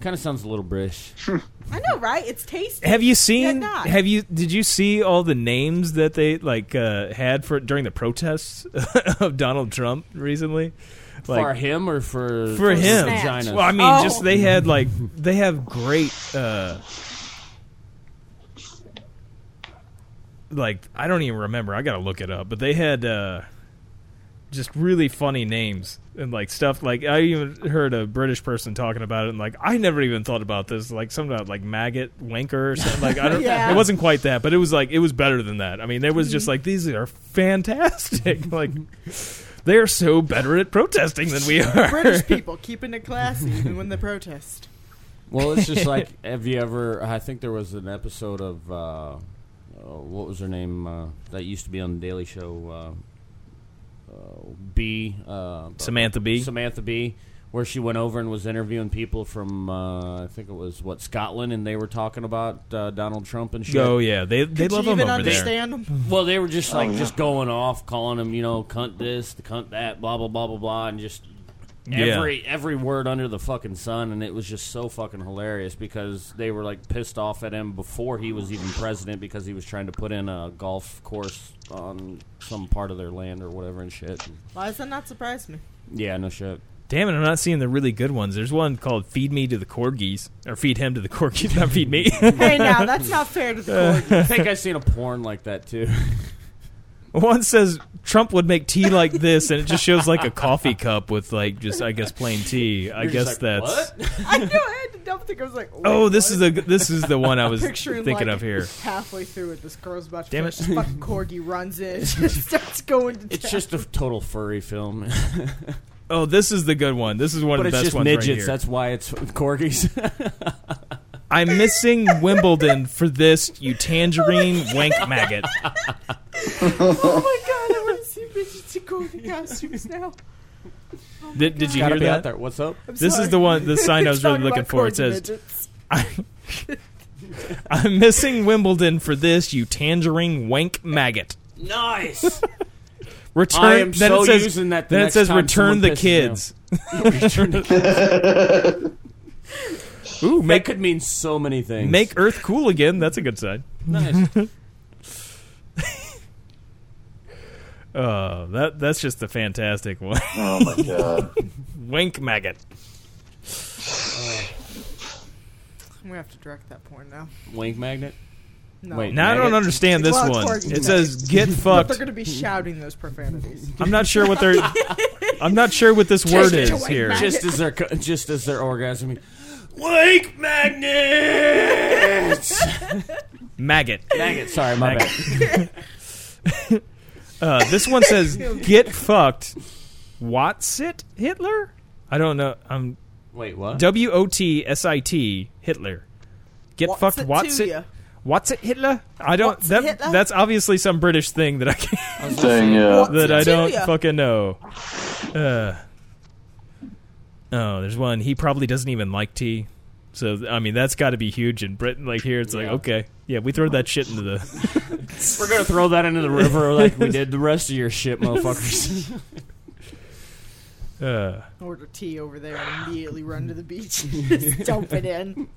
S5: kind of sounds a little British.
S6: I know, right? It's tasty.
S4: Have you seen?
S6: not.
S4: have you? Did you see all the names that they like uh, had for during the protests of Donald Trump recently?
S5: for him or for
S4: for him.
S5: Vagina.
S4: Well, I mean,
S6: Oh.
S4: just they had like they have great. uh Like I don't even remember. I gotta look it up. But they had uh just really funny names and like stuff. Like I even heard a British person talking about it, and like I never even thought about this. Like something about like maggot wanker or something. Like I don't.
S6: Yeah. Mm-hmm.
S4: It wasn't quite that, but it was like it was better than that. I mean, there was just like these are fantastic. like they are so better at protesting than we are.
S6: British people keeping it classy even when they protest.
S5: Well, it's just like have you ever? I think there was an episode of uh, uh, what was her name uh, that used to be on the Daily Show. Uh, uh, B. Uh,
S4: Samantha B.
S5: Samantha B. Where she went over and was interviewing people from uh, I think it was what Scotland, and they were talking about uh, Donald Trump and shit.
S4: Oh yeah, they they
S6: Did
S4: love
S6: you
S4: him
S6: even
S4: over there.
S6: understand them?
S5: Well, they were just like just going off, calling him, you know, cunt this, the cunt that, blah blah blah blah blah, and just
S4: Yeah.
S5: every every word under the fucking sun, and it was just so fucking hilarious because they were like pissed off at him before he was even president because he was trying to put in a golf course on some part of their land or whatever and shit.
S6: Why does that not surprise me?
S5: Yeah, no shit.
S4: Damn it, I'm not seeing the really good ones. There's one called "Feed Me to the Corgis" or "Feed Him to the Corgis," not "Feed Me."
S6: Hey, now that's not fair to
S4: Uh.
S6: the court.
S5: I think I've seen a porn like that too.
S4: one says Trump would make tea like this, and it just shows like a coffee cup with like just I guess plain tea. I
S5: You're
S4: guess
S5: just like,
S4: that's.
S5: what?
S6: I knew I had to dump think I was like, wait,
S4: Oh, this
S6: what?
S4: is the this is the one I was
S6: Picturing
S4: thinking
S6: like,
S4: of here.
S6: Halfway through it, this girl's about to
S4: Damn
S6: Damn
S4: it.
S6: finish. This fucking corgi runs in, just starts going to
S5: It's
S6: town.
S5: just a total furry film,
S4: Oh, this is the good one. This is one of
S5: but
S4: the
S5: it's
S4: best
S5: just
S4: ones
S5: midgets.
S4: right here.
S5: That's why it's corgis.
S4: I'm missing Wimbledon for this. You tangerine wank maggot.
S6: Oh my god, I want to see midgets in corgi costumes now.
S4: Did, did you
S5: Gotta
S4: hear
S5: be out
S4: that?
S5: there. What's up?
S6: I'm
S4: This
S6: sorry.
S4: is the one. The sign I was really
S6: Talking
S4: looking
S6: about
S4: for. It
S6: corgi
S4: says
S6: midgets.
S4: I'm missing Wimbledon for this, you tangerine wank maggot.
S5: Nice.
S4: Return.
S5: I am
S4: then
S5: so
S4: it says,
S5: using that. The
S4: then it
S5: next
S4: says
S5: time
S4: return
S5: someone
S4: the
S5: pisses
S4: kids. Ooh,
S5: Me. That
S4: make
S5: could mean so many things.
S4: make Earth cool again. That's a good sign.
S5: nice.
S4: Oh, that that's just a fantastic one.
S8: oh my god!
S4: wank maggot.
S6: I'm gonna have to direct that porn now.
S5: Wink magnet.
S6: No.
S5: Wait,
S4: Now I don't
S5: Maggot?
S4: understand this
S6: Well, it's
S4: one.
S6: corgi
S4: It says get
S6: But they're
S4: fucked.
S6: gonna be shouting those profanities.
S4: I'm not sure what they're. I'm not sure what this word
S6: it
S4: is
S6: away,
S4: here.
S6: maggot.
S5: Just as their co- just as their orgasming. Wink magnet.
S4: Maggot.
S5: maggot. Sorry, my bad.
S4: Uh, this one says get fucked. What's it? Hitler? I don't know. I'm
S5: Wait, what?
S4: W O T S I T Hitler. Get
S6: What's
S4: fucked.
S6: it
S4: What's
S6: to
S4: it?
S6: ya?
S4: What's it, Hitler? I don't.
S6: What's
S4: that,
S6: Hitler?
S4: That's obviously some British thing that I can't,
S8: Thing, yeah.
S6: What?
S4: that I
S6: it to
S4: don't
S6: ya?
S4: fucking know. Uh, oh, there's one. He probably doesn't even like tea. So I mean, that's got to be huge in Britain. Like here, it's like
S5: Yeah.
S4: okay, yeah, we throw that shit into the.
S5: We're gonna throw that into the river like we did the rest of your shit, motherfuckers.
S4: Uh,
S6: Order tea over there and immediately run to the beach. Just dump it in.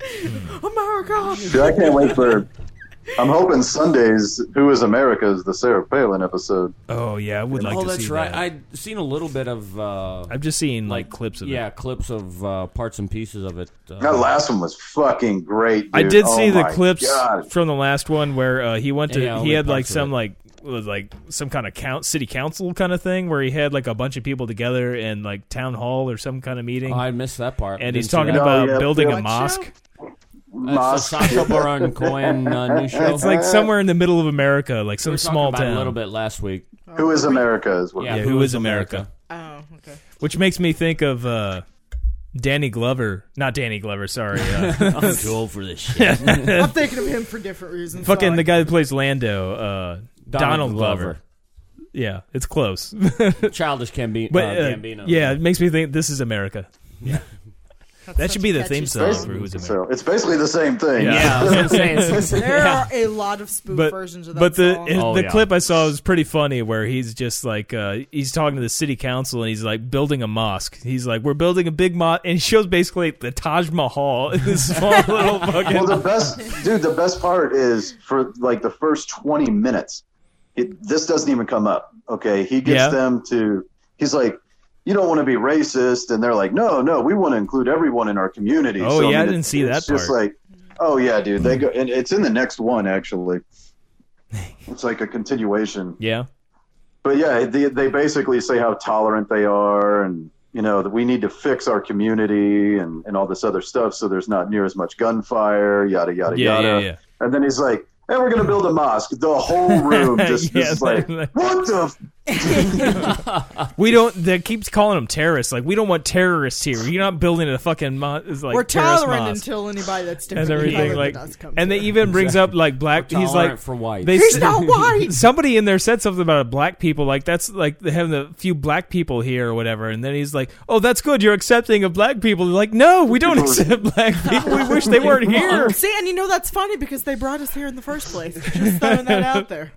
S4: Hmm.
S6: America!
S7: Dude, I can't wait for. I'm hoping Sundays, Who is America, is the Sarah Palin episode.
S4: oh yeah, I would like
S5: oh,
S4: to
S5: that's
S4: see
S5: right.
S4: that.
S5: I'd seen a little bit of uh,
S4: I've just seen like, clips of
S5: yeah,
S4: it.
S5: clips of uh, parts and pieces of it. Uh,
S7: That last one was fucking great. Dude.
S4: I did
S7: Oh
S4: see the
S7: my
S4: clips
S7: God.
S4: from the last one where uh, he went to
S5: Yeah,
S4: he
S5: only
S4: had like
S5: parts of
S4: some
S5: it.
S4: like was like some kind of count city council kind of thing where he had like a bunch of people together in like town hall or some kind of meeting
S5: oh, I missed that part.
S4: and
S5: Didn't
S4: he's
S5: see
S4: talking
S5: that.
S7: No,
S4: about
S7: Oh, yeah,
S4: building a
S7: What
S4: mosque. uh,
S5: That's the
S7: Mosque.
S5: Sacha Baron Cohen uh, new show.
S4: It's like somewhere in the middle of America, like
S5: we
S4: some
S5: were talking
S4: small
S5: about it
S4: town.
S5: a little bit last week.
S7: Who is America is what
S5: Yeah,
S4: Yeah, Who Is America?
S6: Oh, okay.
S4: Which makes me think of uh, Danny Glover, not Danny Glover, sorry. Uh,
S5: I'm too old for this shit.
S6: I'm thinking of him for different reasons.
S4: Eh. fucking
S6: sorry.
S4: the guy that plays Lando, uh, Donald, Glover. Yeah, it's close.
S5: Childish Cambi-
S4: But
S5: uh,
S4: uh,
S5: Gambino.
S4: yeah, it makes me think this is America. that
S6: such
S4: should be
S6: a
S4: the
S6: catchy
S4: theme song
S6: song.
S4: for Who's America.
S7: So it's basically the same thing.
S5: Yeah, I was gonna say, it's-
S6: There
S5: yeah.
S6: are a lot of spoof
S4: But
S6: versions of that
S4: but the
S6: song.
S4: his-
S5: Oh,
S4: the
S5: yeah.
S4: clip I saw was pretty funny where he's just like uh, he's talking to the city council and he's like building a mosque. He's like we're building a big mosque and he shows basically the Taj Mahal in this small little fucking
S7: Well, the best, dude. The best part is for like the first twenty minutes. It, this doesn't even come up. Okay, he gets
S4: Yeah.
S7: them to. He's like, you don't want to be racist, and they're like, no, no, we want to include everyone in our community.
S4: Oh, yeah, I didn't
S7: it's-
S4: see that
S7: It's just
S4: part.
S7: like, oh yeah, dude. They go, and it's in the next one actually. It's like a continuation.
S4: yeah.
S7: But yeah, they, they basically say how tolerant they are and, you know, that we need to fix our community and, and all this other stuff so there's not near as much gunfire, yada, yada,
S4: Yeah,
S7: yada.
S4: yeah, yeah.
S7: And then he's like, and we're going to build a mosque. The whole room just
S4: Yeah,
S7: is like,
S4: like-
S7: what the? F-?
S4: We don't. That keeps calling them terrorists. Like we don't want terrorists here. You're not building a fucking mo- it's like
S6: We're
S4: terrorist
S6: tolerant
S4: mosque
S6: until anybody that's different
S4: and
S6: than
S4: everything.
S6: colored
S4: Like,
S6: than us comes
S4: and they
S6: in.
S4: even brings up like black. He's
S5: Tolerant
S4: like
S5: for white.
S4: They
S6: He's
S4: said-
S6: not white!
S4: Somebody in there said something about black people. Like that's like they having a few black people here or whatever. And then he's like, "Oh, that's good. You're accepting of black people." They're like, no, we don't accept black people. We wish they weren't here.
S6: See, and you know that's funny because they brought us here in the first place. Just throwing that out there.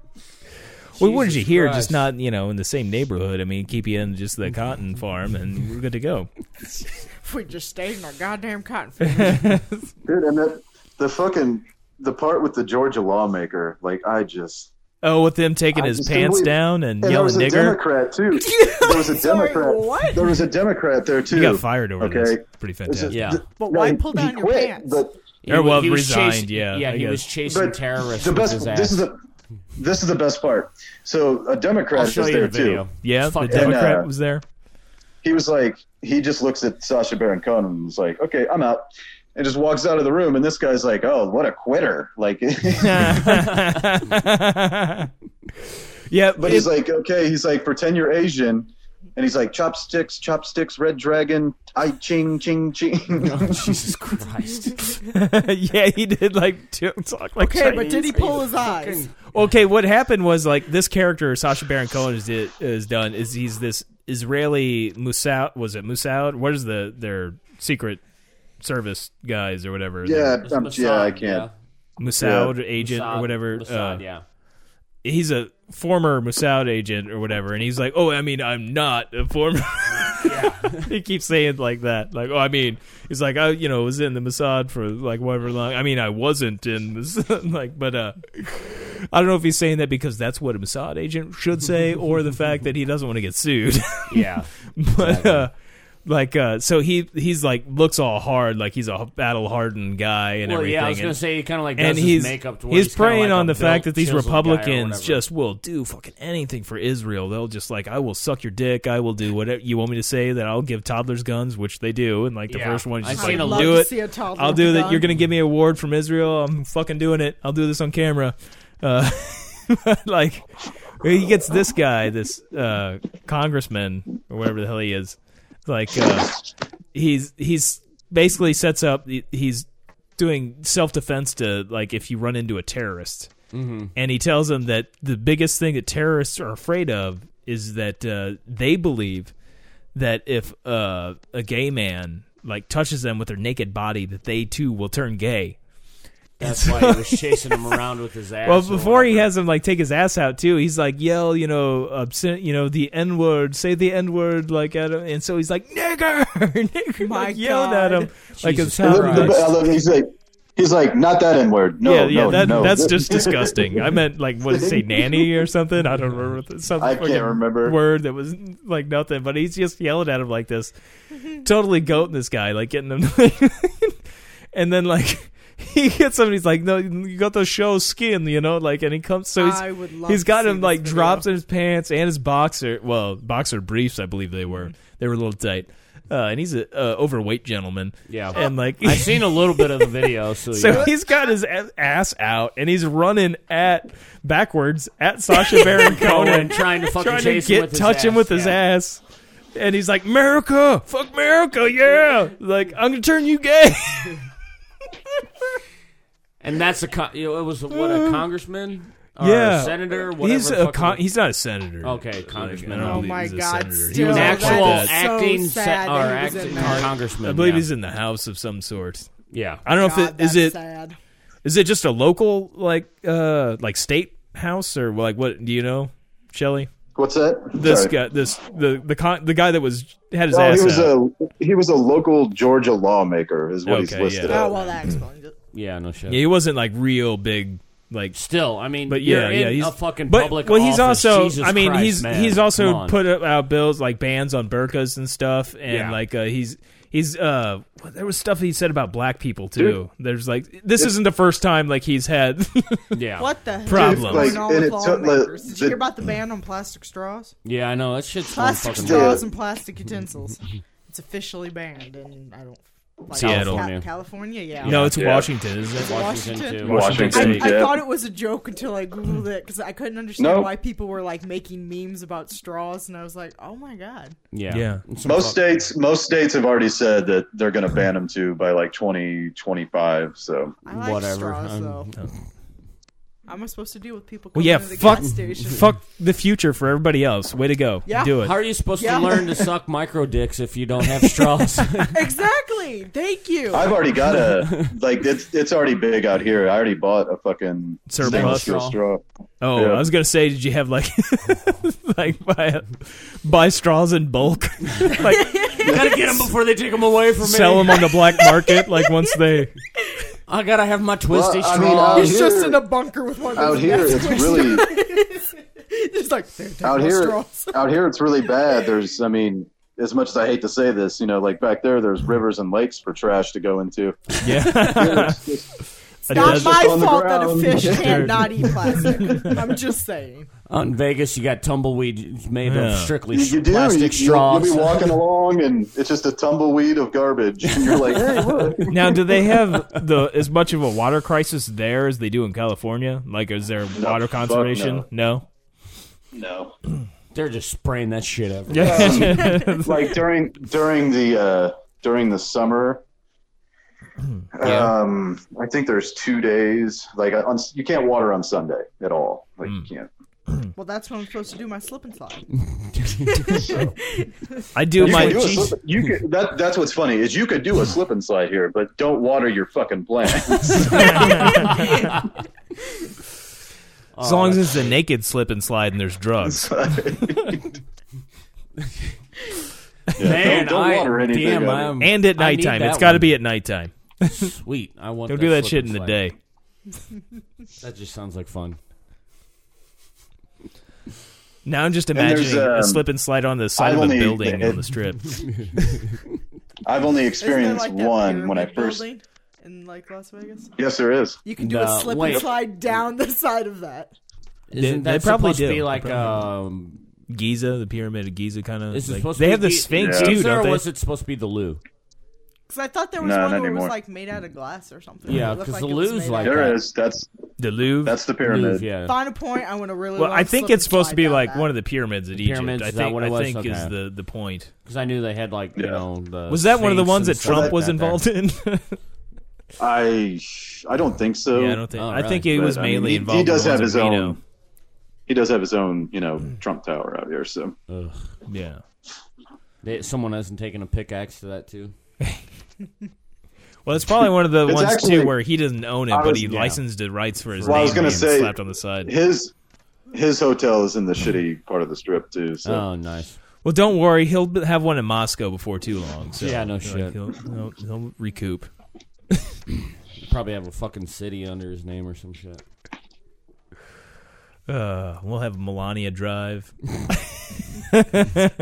S4: we wanted you
S5: Jesus
S4: here,
S5: Christ.
S4: just not you know in the same neighborhood. I mean, keep you in just the cotton farm, and we're good to go.
S6: If we just stayed in our goddamn cotton field.
S7: Dude, and that, the fucking, the part with the Georgia lawmaker, like, I just.
S4: Oh, with them taking
S7: I
S4: his
S7: just
S4: pants
S7: couldn't believe it.
S4: down and,
S7: And there
S4: yelling
S7: was a
S4: nigger.
S7: Democrat, too. There was a Democrat.
S6: what?
S7: There was a Democrat there, too.
S4: He got fired over
S7: Okay.
S4: this. Pretty
S7: It's
S4: fantastic.
S7: just-
S5: Yeah.
S7: th-
S6: But
S7: no,
S6: why
S7: he-
S6: pull
S7: he
S6: down your
S7: quit,
S6: pants?
S7: but-
S5: He,
S4: Or, well,
S5: he was
S4: resigned,
S5: chasing-
S4: yeah,
S5: Yeah,
S4: I
S5: he
S4: guess.
S5: was chasing
S7: But
S5: terrorists
S7: The
S5: with
S7: best.
S5: his ass.
S7: This is the. This is the best part. So a Democrat
S5: I'll
S7: is
S5: show you
S7: there
S5: the video.
S7: too.
S4: Yeah, the
S5: Fuck
S7: Dem-
S4: Democrat
S7: And, uh,
S4: was there.
S7: He was like, he just looks at Sasha Baron Cohen and was like, "Okay, I'm out," and just walks out of the room. And this guy's like, "Oh, what a quitter!" Like,
S4: yeah,
S7: but he's like, "Okay," he's like, "Pretend you're Asian," and he's like, "Chopsticks, chopsticks, red dragon, I ching ching ching."
S5: Oh, Jesus Christ.
S4: yeah, he did like t- talk like
S6: Okay, but
S4: Chinese.
S6: did he pull his eyes?
S4: okay, what happened was like this character Sasha Baron Cohen is did, is done is he's this Israeli Musaud was it Musaud? What is the their secret service guys or whatever?
S7: yeah,
S4: their
S7: I'm- yeah, I
S5: Mossad,
S7: can't.
S4: Mossad agent
S5: Mossad-
S4: or whatever.
S5: Mossad,
S4: uh,
S5: yeah.
S4: he's a former Mossad agent or whatever, and he's like, "Oh, I mean, I'm not a former." he keeps saying it like that, like, "Oh, I mean," he's like, "I, you know, was in the Mossad for like whatever long." I mean, I wasn't in this, like, but uh, I don't know if he's saying that because that's what a Mossad agent should say, or the fact that he doesn't want to get sued.
S5: Yeah.
S4: but uh, like, uh, so he he's like looks all hard, like he's a battle hardened guy and
S5: Well,
S4: everything.
S5: yeah, I was
S4: and-
S5: gonna say he kind of like does
S4: and
S5: his
S4: he's
S5: makeup. To where
S4: he's,
S5: kinda
S4: preying
S5: like
S4: on
S5: a
S4: the fact
S5: built,
S4: that these
S5: chiseled guy or
S4: Republicans
S5: whatever.
S4: just will do fucking anything for Israel. They'll just like, I will suck your dick. I will do whatever you want me to say. That I'll give toddlers guns, which they do. And like the
S5: Yeah.
S4: first one, is
S5: I've
S4: just
S5: seen
S4: like,
S5: a
S4: "I'll
S5: lot-
S4: do
S6: Love to
S4: it.
S6: see a toddler
S4: I'll do
S6: with a
S4: that. You're
S6: gun.
S4: gonna give me an award from Israel. I'm fucking doing it. I'll do this on camera. Uh, like he gets this guy, this uh, congressman or whatever the hell he is, like uh, he's he's basically sets up. he- He's doing self defense to like if you run into a terrorist, and he tells them that the biggest thing that terrorists are afraid of is that uh, they believe that if uh, a gay man like touches them with their naked body, that they too will turn gay.
S5: That's why he was chasing him around with his ass.
S4: Well,
S5: or
S4: before he
S5: whatever.
S4: has him like take his ass out too, he's like yell, you know, obscen- you know, the n word, say the n word, like at him, and so he's like nigger, nigger,
S6: My
S4: like, yelling at him, like it's
S5: Jesus
S7: I love-
S5: Christ.
S7: I love- he's like, he's like, not that N word. No,
S4: yeah, yeah,
S7: no,
S4: that,
S7: no.
S4: that's just disgusting. I meant like what did it say, nanny or something? I don't remember what the- some
S7: I can't
S4: fucking
S7: remember.
S4: word that was like nothing. But he's just yelling at him like this, totally goating this guy, like getting him. and then like he gets him, and he's like, "No, you got to show skin," you know, like, and he comes. So he's
S6: I would love
S4: he's
S6: to
S4: got
S6: see
S4: him
S6: this
S4: like
S6: video.
S4: drops in his pants and his boxer, well, boxer briefs, I believe they were.
S6: Mm-hmm.
S4: They were a little tight. Uh, and he's a uh, overweight gentleman.
S5: Yeah.
S4: and like
S5: I've seen a little bit of the video, so,
S4: so
S5: yeah.
S4: he's got his a- ass out and he's running at backwards at Sasha Baron
S5: Conan
S4: Cohen,
S5: trying to fucking
S4: trying to
S5: chase him
S4: get
S5: with his
S4: touch him
S5: ass,
S4: with his
S5: yeah.
S4: ass. And he's like, "America, fuck America, yeah!" Like, I'm gonna turn you gay.
S5: And that's a co- you know, it was a, what a congressman, or
S4: yeah,
S5: a senator, whatever.
S4: he's
S5: the
S4: a
S5: fuck
S4: con-
S5: it was.
S4: he's not a senator.
S5: Okay,
S4: Like,
S5: congressman.
S4: I don't
S5: Oh
S4: believe
S6: my
S4: he's a
S6: God,
S4: senator. He
S6: still,
S4: was
S5: an
S6: No,
S4: actually
S5: actual
S6: that's so
S5: acting
S6: sad
S5: se- or
S6: that he was in
S5: acting
S6: that.
S5: congressman.
S4: I believe
S5: yeah.
S4: he's in the House of some sort.
S5: yeah.
S4: I don't know
S6: God,
S4: if it is
S6: that's
S4: it
S6: sad.
S4: is it just a local like uh like state house or like what do you know, Shelley?
S7: What's that?
S4: This
S7: Sorry.
S4: guy, this the the con- the guy that was had his
S7: No,
S4: ass
S7: he was uh,
S4: out.
S7: a he was a local Georgia lawmaker, is what he's
S4: Okay,
S7: listed.
S4: yeah.
S6: Oh
S7: as.
S6: well, that explains it.
S5: Yeah, no shit.
S4: Yeah, he wasn't like real big, like.
S5: Still, I mean,
S4: But yeah,
S5: you're in
S4: yeah, he's
S5: a fucking
S4: but,
S5: public.
S4: Well, he's
S5: office.
S4: also,
S5: Jesus
S4: I mean,
S5: Christ,
S4: he's
S5: man.
S4: he's
S5: Come
S4: also
S5: on.
S4: put out bills like bans on burkas and stuff, and
S5: Yeah.
S4: like uh, he's he's uh there was stuff he said about black people too. There's like this isn't the first time like he's had
S5: Yeah,
S6: What the hell is
S4: Problem.
S6: going
S7: Like,
S6: on
S7: and
S6: with
S7: it took, like,
S6: lawmakers? Did you
S7: the-
S6: hear about the ban on plastic straws?
S5: yeah, I know that shit's going
S6: Plastic
S5: fucking.
S6: straws and plastic utensils. It's officially banned, and I don't. Like,
S4: Seattle.
S6: Ca- California, yeah.
S4: no, it's
S8: Yeah.
S4: Washington, isn't it?
S5: Washington,
S6: Washington.
S5: too.
S4: Washington
S6: I,
S4: State.
S6: I
S8: Yeah.
S6: thought it was a joke until I googled it because I couldn't understand
S7: No.
S6: why people were like making memes about straws, and I was like, "Oh my god!"
S5: Yeah,
S4: Yeah.
S5: It's some
S8: Most
S5: fuck-
S8: states, most states have already said that they're going to ban them too by like twenty twenty five. So
S6: I like
S5: Whatever,
S6: straws
S5: I'm-
S6: though. How am I supposed to deal with people?
S4: Well,
S6: Coming
S4: yeah,
S6: to the
S4: fuck,
S6: gas station?
S4: fuck the future for everybody else. Way to go,
S6: Yeah.
S4: do it.
S5: How are you supposed
S6: Yeah.
S5: to learn to suck micro dicks if you don't have straws?
S6: Exactly. Thank you.
S8: I've already got a like it's it's already big out here. I already bought a fucking
S4: Sir,
S8: stainless
S4: bus.
S8: steel straw.
S4: Oh,
S8: Yeah.
S4: I was gonna say, did you have like, like buy, buy straws in bulk, like
S5: gotta get them before they take them away from me.
S4: sell them on the black market, like once they.
S5: I gotta have my twisty
S7: Well, I
S5: straws.
S7: mean, out
S6: He's just
S7: here-
S6: in a bunker with one of
S7: out
S6: those
S7: here,
S6: gas
S7: it's
S6: station
S7: really
S6: It's like they're taking
S7: out
S6: my
S7: here.
S6: straws.
S7: out here, it's really bad. There's, I mean, as much as I hate to say this, you know, like back there, there's rivers and lakes for trash to go into.
S4: Yeah,
S6: It's not
S4: just
S6: my
S7: on the
S6: fault that a
S7: ground.
S6: fish cannot eat plastic. I'm just saying.
S5: Out in Vegas, you got tumbleweed made
S4: Yeah.
S5: of strictly
S7: You, you do.
S5: plastic
S7: you, you-
S5: straws.
S7: You'll be walking along, and it's just a tumbleweed of garbage. And you're like, hey, look.
S4: now do they have the as much of a water crisis there as they do in California? Like, is there water
S8: fuck
S4: conservation? No.
S8: No,
S5: They're just spraying that shit everywhere.
S7: like during during the uh, during the summer.
S5: Hmm.
S7: Um, I think there's two days. Like uh, on, you can't water on Sunday at all.
S5: Hmm.
S7: Like you can't.
S6: Well, that's when I'm supposed to do my slip and slide.
S4: I do
S8: you,
S4: my.
S8: could do a
S4: geez-
S8: slip, you could that that's what's funny is you could do a slip and slide here, but don't water your fucking plants.
S4: as long as it's a naked slip and slide and there's drugs.
S5: Man,
S8: don't
S5: I-
S8: water anything
S5: Damn,
S8: of it.
S5: I'm,
S4: And at
S5: I need
S4: nighttime,
S5: that
S4: it's got to
S5: one.
S4: be at nighttime.
S5: sweet. I want.
S4: Don't do that shit in
S5: slip and
S4: the
S5: slide.
S4: day.
S5: That just sounds like fun.
S4: Now I'm just
S8: there's,
S4: imagining a
S8: um,
S4: slip and slide on the side
S8: I've
S4: of a
S8: only-
S4: building on the strip.
S8: I've only
S6: Isn't there,
S8: experienced
S6: like, that
S8: one when I
S6: pyramid
S8: first.
S6: building in like Las Vegas.
S8: Yes, there is.
S6: You can do
S5: No,
S6: a slip
S5: wait.
S6: and slide down the side of that.
S5: Isn't
S4: they
S5: that
S4: probably
S5: supposed
S4: do.
S5: to
S4: They
S5: be like
S4: probably
S5: um,
S4: Giza, the pyramid of Giza, kind of.
S5: Is it
S4: Like,
S5: supposed to
S4: they
S5: be
S4: have the
S5: Gi-
S4: Sphinx
S8: Yeah.
S4: too,
S5: Is there,
S4: don't
S5: or
S4: they?
S5: was it supposed to be the Lou?
S6: Because I thought there was
S8: No,
S6: one
S8: not
S6: where it
S8: anymore.
S6: was like made out of glass or something.
S5: Yeah,
S6: It looked
S5: 'cause
S6: like
S5: the
S6: it was
S5: loo's
S6: made
S5: like-
S6: out of-
S8: There
S5: that.
S8: is. That's
S4: the Louvre.
S8: that's the pyramid.
S5: Louvre, yeah.
S6: Find a point. I want to really.
S4: well,
S6: long
S4: I think
S6: slip
S4: it's
S6: and
S4: supposed to
S6: slide
S4: be
S6: down
S4: like
S6: that.
S4: one of the pyramids at Egypt.
S5: Pyramids,
S4: I
S5: is
S4: think
S5: that what it
S4: I
S5: was?
S4: think is
S5: Okay.
S4: the the point.
S5: Because I knew they had like you
S8: Yeah.
S5: know the
S4: Was that one of the
S5: Sphinx
S4: ones
S5: and
S4: that
S5: stuff
S4: Trump
S5: like
S4: was
S5: that there.
S4: involved in?
S7: I I don't think so.
S4: yeah, I don't think.
S5: All
S4: I think
S5: right.
S4: he
S7: But,
S4: was
S7: I mean,
S4: mainly
S7: he-
S4: involved.
S7: He does
S4: in the
S7: have
S4: ones
S7: his
S4: that we
S7: own. He does have his own, you know, Trump Tower out here. So
S5: Ugh.
S4: know. Yeah.
S5: They, someone hasn't taken a pickaxe to that too.
S4: Well, it's probably one of the
S7: It's
S4: ones
S7: actually-
S4: too where he doesn't own it,
S7: I
S4: but
S7: was-
S4: he
S5: yeah.
S4: licensed the rights for his
S7: Well, I
S4: name
S7: was gonna
S4: being
S7: say-
S4: slapped on the side.
S7: his his hotel is in the shitty part of the strip too. So
S5: Oh, nice.
S4: Well, don't worry, he'll b- have one in Moscow before too long. So
S5: Yeah, no
S4: like,
S5: shit.
S4: He'll, he'll, he'll recoup.
S5: Probably have a fucking city under his name or some shit.
S4: Uh, we'll have Melania Drive.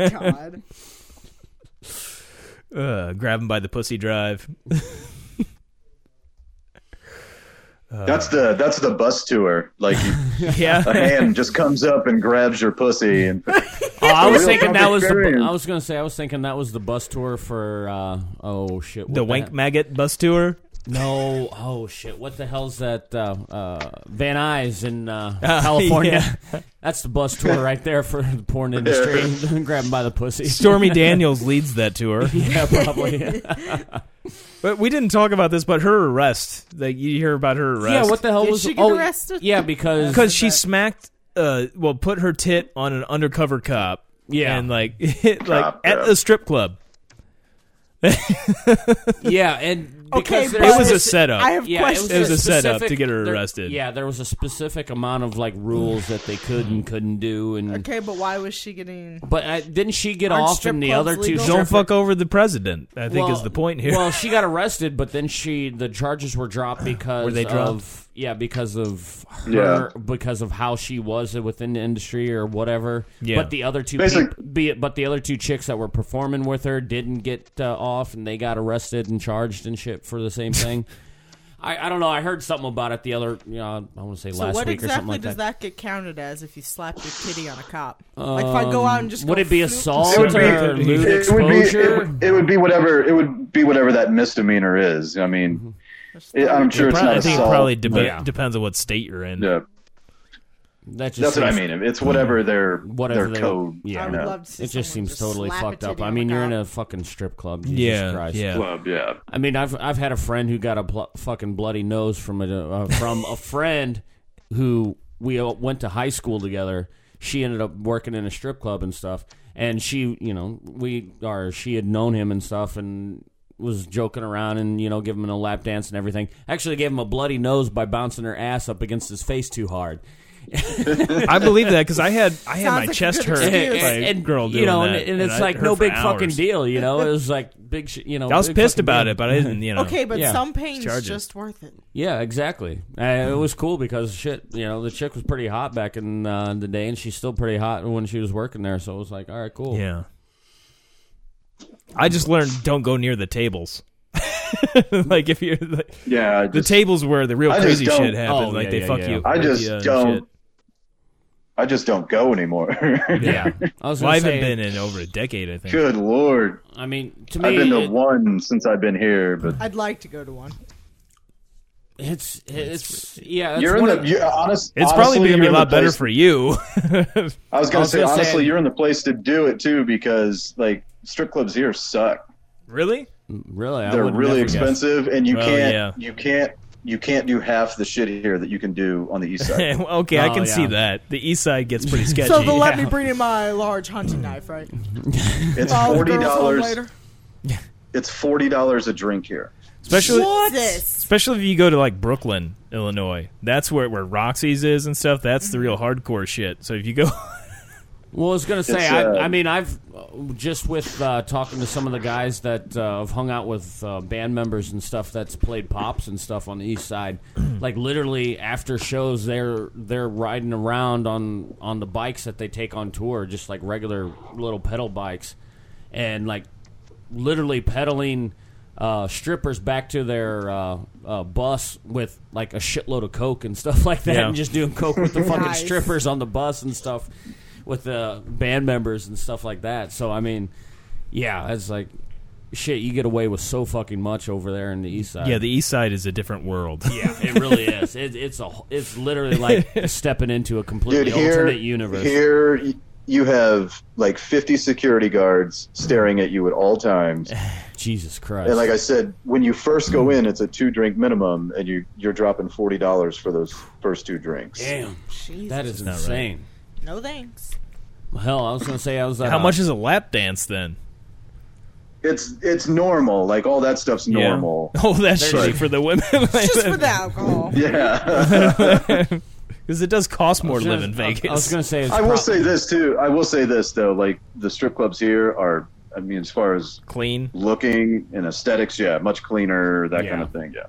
S6: God.
S4: Uh, grab him by the pussy drive.
S7: that's the that's the bus tour. Like you, a
S4: Yeah,
S7: hand just comes up and grabs your pussy, and
S5: Oh, I was
S7: real
S5: thinking that
S7: Trump
S5: was. The, bu-
S7: experience.
S5: I was gonna say I was thinking that was the bus tour for. Uh, oh shit! What
S4: the wank
S5: heck?
S4: maggot bus tour.
S5: No. Oh shit! What the hell's that? Uh, uh, Van Nuys in uh, California. That's the bus tour right there for the porn industry. Grab him by the pussy.
S4: Stormy Daniels leads that tour.
S5: yeah, probably. Yeah.
S4: But we didn't talk about this, but her arrest. Like you hear about her arrest.
S5: What the hell
S6: Did
S5: was?
S6: she get
S5: oh,
S6: arrested?
S5: Yeah, because
S4: Because she smacked, uh, well, put her tit on an undercover cop.
S5: Yeah.
S4: and like, like
S7: Cop,
S4: at
S7: yeah.
S4: the strip club.
S5: yeah, and
S6: Okay,
S5: because
S6: but
S5: there's
S4: It was a
S5: this-
S4: setup.
S6: I have
S5: Yeah,
S6: questions.
S4: It was a setup
S5: specific-
S4: to get her
S5: there-
S4: arrested.
S5: yeah, there was a specific amount of like rules that they could and couldn't do, and
S6: okay, but why was she getting?
S5: but uh, didn't she get
S6: Aren't
S5: off
S6: strip
S5: and the
S6: clubs
S5: other two?
S6: legal?
S4: Don't
S5: strip-
S4: fuck over the president. I think
S5: Well,
S4: is the point here.
S5: Well, she got arrested, but then she the charges were dropped because
S4: Were they dropped?
S5: of yeah because of her
S7: Yeah.
S5: because of how she was within the industry or whatever.
S4: Yeah.
S5: But the other two
S7: Basically-
S5: peop- be it, but the other two chicks that were performing with her didn't get uh, off and they got arrested and charged and shit for the same thing. I, I don't know. I heard something about it the other, you know, I want to say
S6: So
S5: last
S6: what
S5: week or
S6: exactly
S5: something like
S6: does
S5: that.
S6: that. get counted as if you slap your kitty on a cop? like if I go out and just
S5: Um, Would
S6: go
S5: it be
S6: snoop-
S5: assault
S7: It would be-
S5: or lewd
S7: it would be
S5: exposure?
S7: it would, it would be whatever it would be whatever that misdemeanor is. I mean, it- I'm sure it's
S4: Pro-
S7: not
S4: Mm-hmm. I think it
S7: assault.
S4: probably deba-
S5: Yeah.
S4: depends on what state you're in.
S7: Yeah,
S5: that just
S7: that's what I
S5: seems-
S7: mean. It's whatever their
S5: Whatever
S7: their
S5: they-
S7: code.
S5: yeah.
S6: I
S7: you
S6: would
S7: know,
S6: love to. See
S5: It just
S6: someone
S5: seems totally
S6: slap
S5: fucked up.
S6: titty
S5: I
S6: on
S5: mean, you're in
S6: cop.
S5: a fucking strip club. Jesus
S4: yeah,
S5: Christ.
S4: yeah.
S7: Club, yeah.
S5: I mean, I've I've had a friend who got a pl- fucking bloody nose from a uh, from a friend who we all went to high school together. She ended up working in a strip club and stuff, and she, you know, we or she had known him and stuff, and was joking around and you know giving him a lap dance and everything. Actually, gave him a bloody nose by bouncing her ass up against his face too hard.
S4: I believe that because I had I had
S6: Sounds
S4: my
S6: like a
S4: chest
S6: good
S4: hurt
S6: excuse.
S4: by a girl doing
S5: you know,
S4: that,
S5: and, and it's
S4: I
S5: like
S4: hurt
S5: no
S4: for
S5: big fucking
S4: hours.
S5: deal, you know. It was like big, sh- you know.
S4: I was
S5: big
S4: pissed
S5: fucking
S4: about
S5: deal.
S4: it, but I didn't. You know,
S6: Okay, but
S5: Yeah.
S6: some pain's
S4: Charges.
S6: just worth it.
S5: Yeah, exactly. Uh, it was cool because shit, you know, the chick was pretty hot back in uh, the day, and she's still pretty hot when she was working there. So it was like, all right, cool.
S4: yeah. I just learned don't go near the tables. like if you're like,
S7: Yeah, I
S4: the
S7: just,
S4: tables where the real
S7: I just
S4: crazy
S7: don't-
S4: shit happens,
S5: Oh,
S4: like
S5: yeah,
S4: they
S5: yeah,
S4: fuck
S5: yeah.
S4: you.
S7: I just
S4: Yeah, and
S7: don't-
S4: shit.
S7: I just don't go anymore.
S5: yeah. I was.
S4: Well,
S5: Gonna
S4: I
S5: say,
S4: haven't been in over a decade. I think.
S7: Good lord,
S5: I mean, to
S7: I've
S5: me,
S7: been to
S5: it-
S7: one since I've been here, but
S6: I'd like to go to one.
S5: it's it's yeah. It's
S7: you're in
S5: one
S7: the
S5: of-
S7: you honest.
S4: It's
S7: honestly,
S4: probably
S7: you're
S4: gonna be a
S7: in the
S4: lot better
S7: place-
S4: for you.
S7: I
S5: I
S7: was gonna
S5: was
S7: say
S5: gonna say-
S7: honestly, you're in the place to do it too because like strip clubs here suck.
S4: really?
S5: really. I
S7: they're
S5: would
S7: really
S5: never guess.
S7: expensive, and you
S4: Well,
S7: can't
S4: yeah.
S7: you can't you can't do half the shit here that you can do on the east side.
S4: Eh, okay, I
S5: Oh,
S4: can see
S5: yeah.
S4: that. The east side gets pretty sketchy.
S6: So then let
S4: yeah.
S6: me bring in my large hunting knife, right?
S7: It's
S6: All the
S7: forty
S6: girls home
S7: dollars.
S6: later.
S7: It's forty dollars a drink here.
S4: especially
S6: This.
S4: especially if you go to like Brooklyn, Illinois. That's where where Roxy's is and stuff. That's the real hardcore shit. So if you go,
S5: Well, I was gonna say,
S7: It's,
S5: I,
S7: uh,
S5: I mean, I've uh, just with uh, talking to some of the guys that uh, have hung out with uh, band members and stuff that's played pops and stuff on the east side. like literally after shows, they're they're riding around on on the bikes that they take on tour, just like regular little pedal bikes, and like literally pedaling uh, strippers back to their uh, uh, bus with like a shitload of coke and stuff like that,
S4: Yeah.
S5: and just doing coke with the fucking
S6: Nice.
S5: strippers on the bus and stuff with the band members and stuff like that. So I mean, yeah, it's like shit. You get away with so fucking much over there in the east side.
S4: yeah, the east side is a different world.
S5: yeah, it really is. It, it's a, it's literally like stepping into a completely
S7: Dude, here,
S5: alternate universe.
S7: here, y- you have like 50 security guards staring at you at all times.
S5: Jesus Christ.
S7: And like I said, when you first go in, it's a two drink minimum, and you you're dropping forty dollars for those first two drinks.
S5: Damn,
S6: Jesus.
S5: that is
S4: not right.
S5: insane.
S6: no thanks.
S5: Hell, I was gonna say I was. Uh,
S4: How much is a lap dance then?
S7: It's it's normal, like all that stuff's normal.
S4: Yeah. Oh, that's shitty for the women.
S6: Just for the alcohol.
S7: Yeah,
S4: Because it does cost more
S5: I was
S4: to
S5: gonna-
S4: live in
S5: I-
S4: Vegas.
S5: I was gonna say. It's
S7: I will
S5: prob-
S7: say this too. I will say this though, like the strip clubs here are, I mean, as far as
S4: Clean.
S7: looking and aesthetics, yeah, much cleaner, that kind
S5: Yeah.
S7: of thing. Yeah,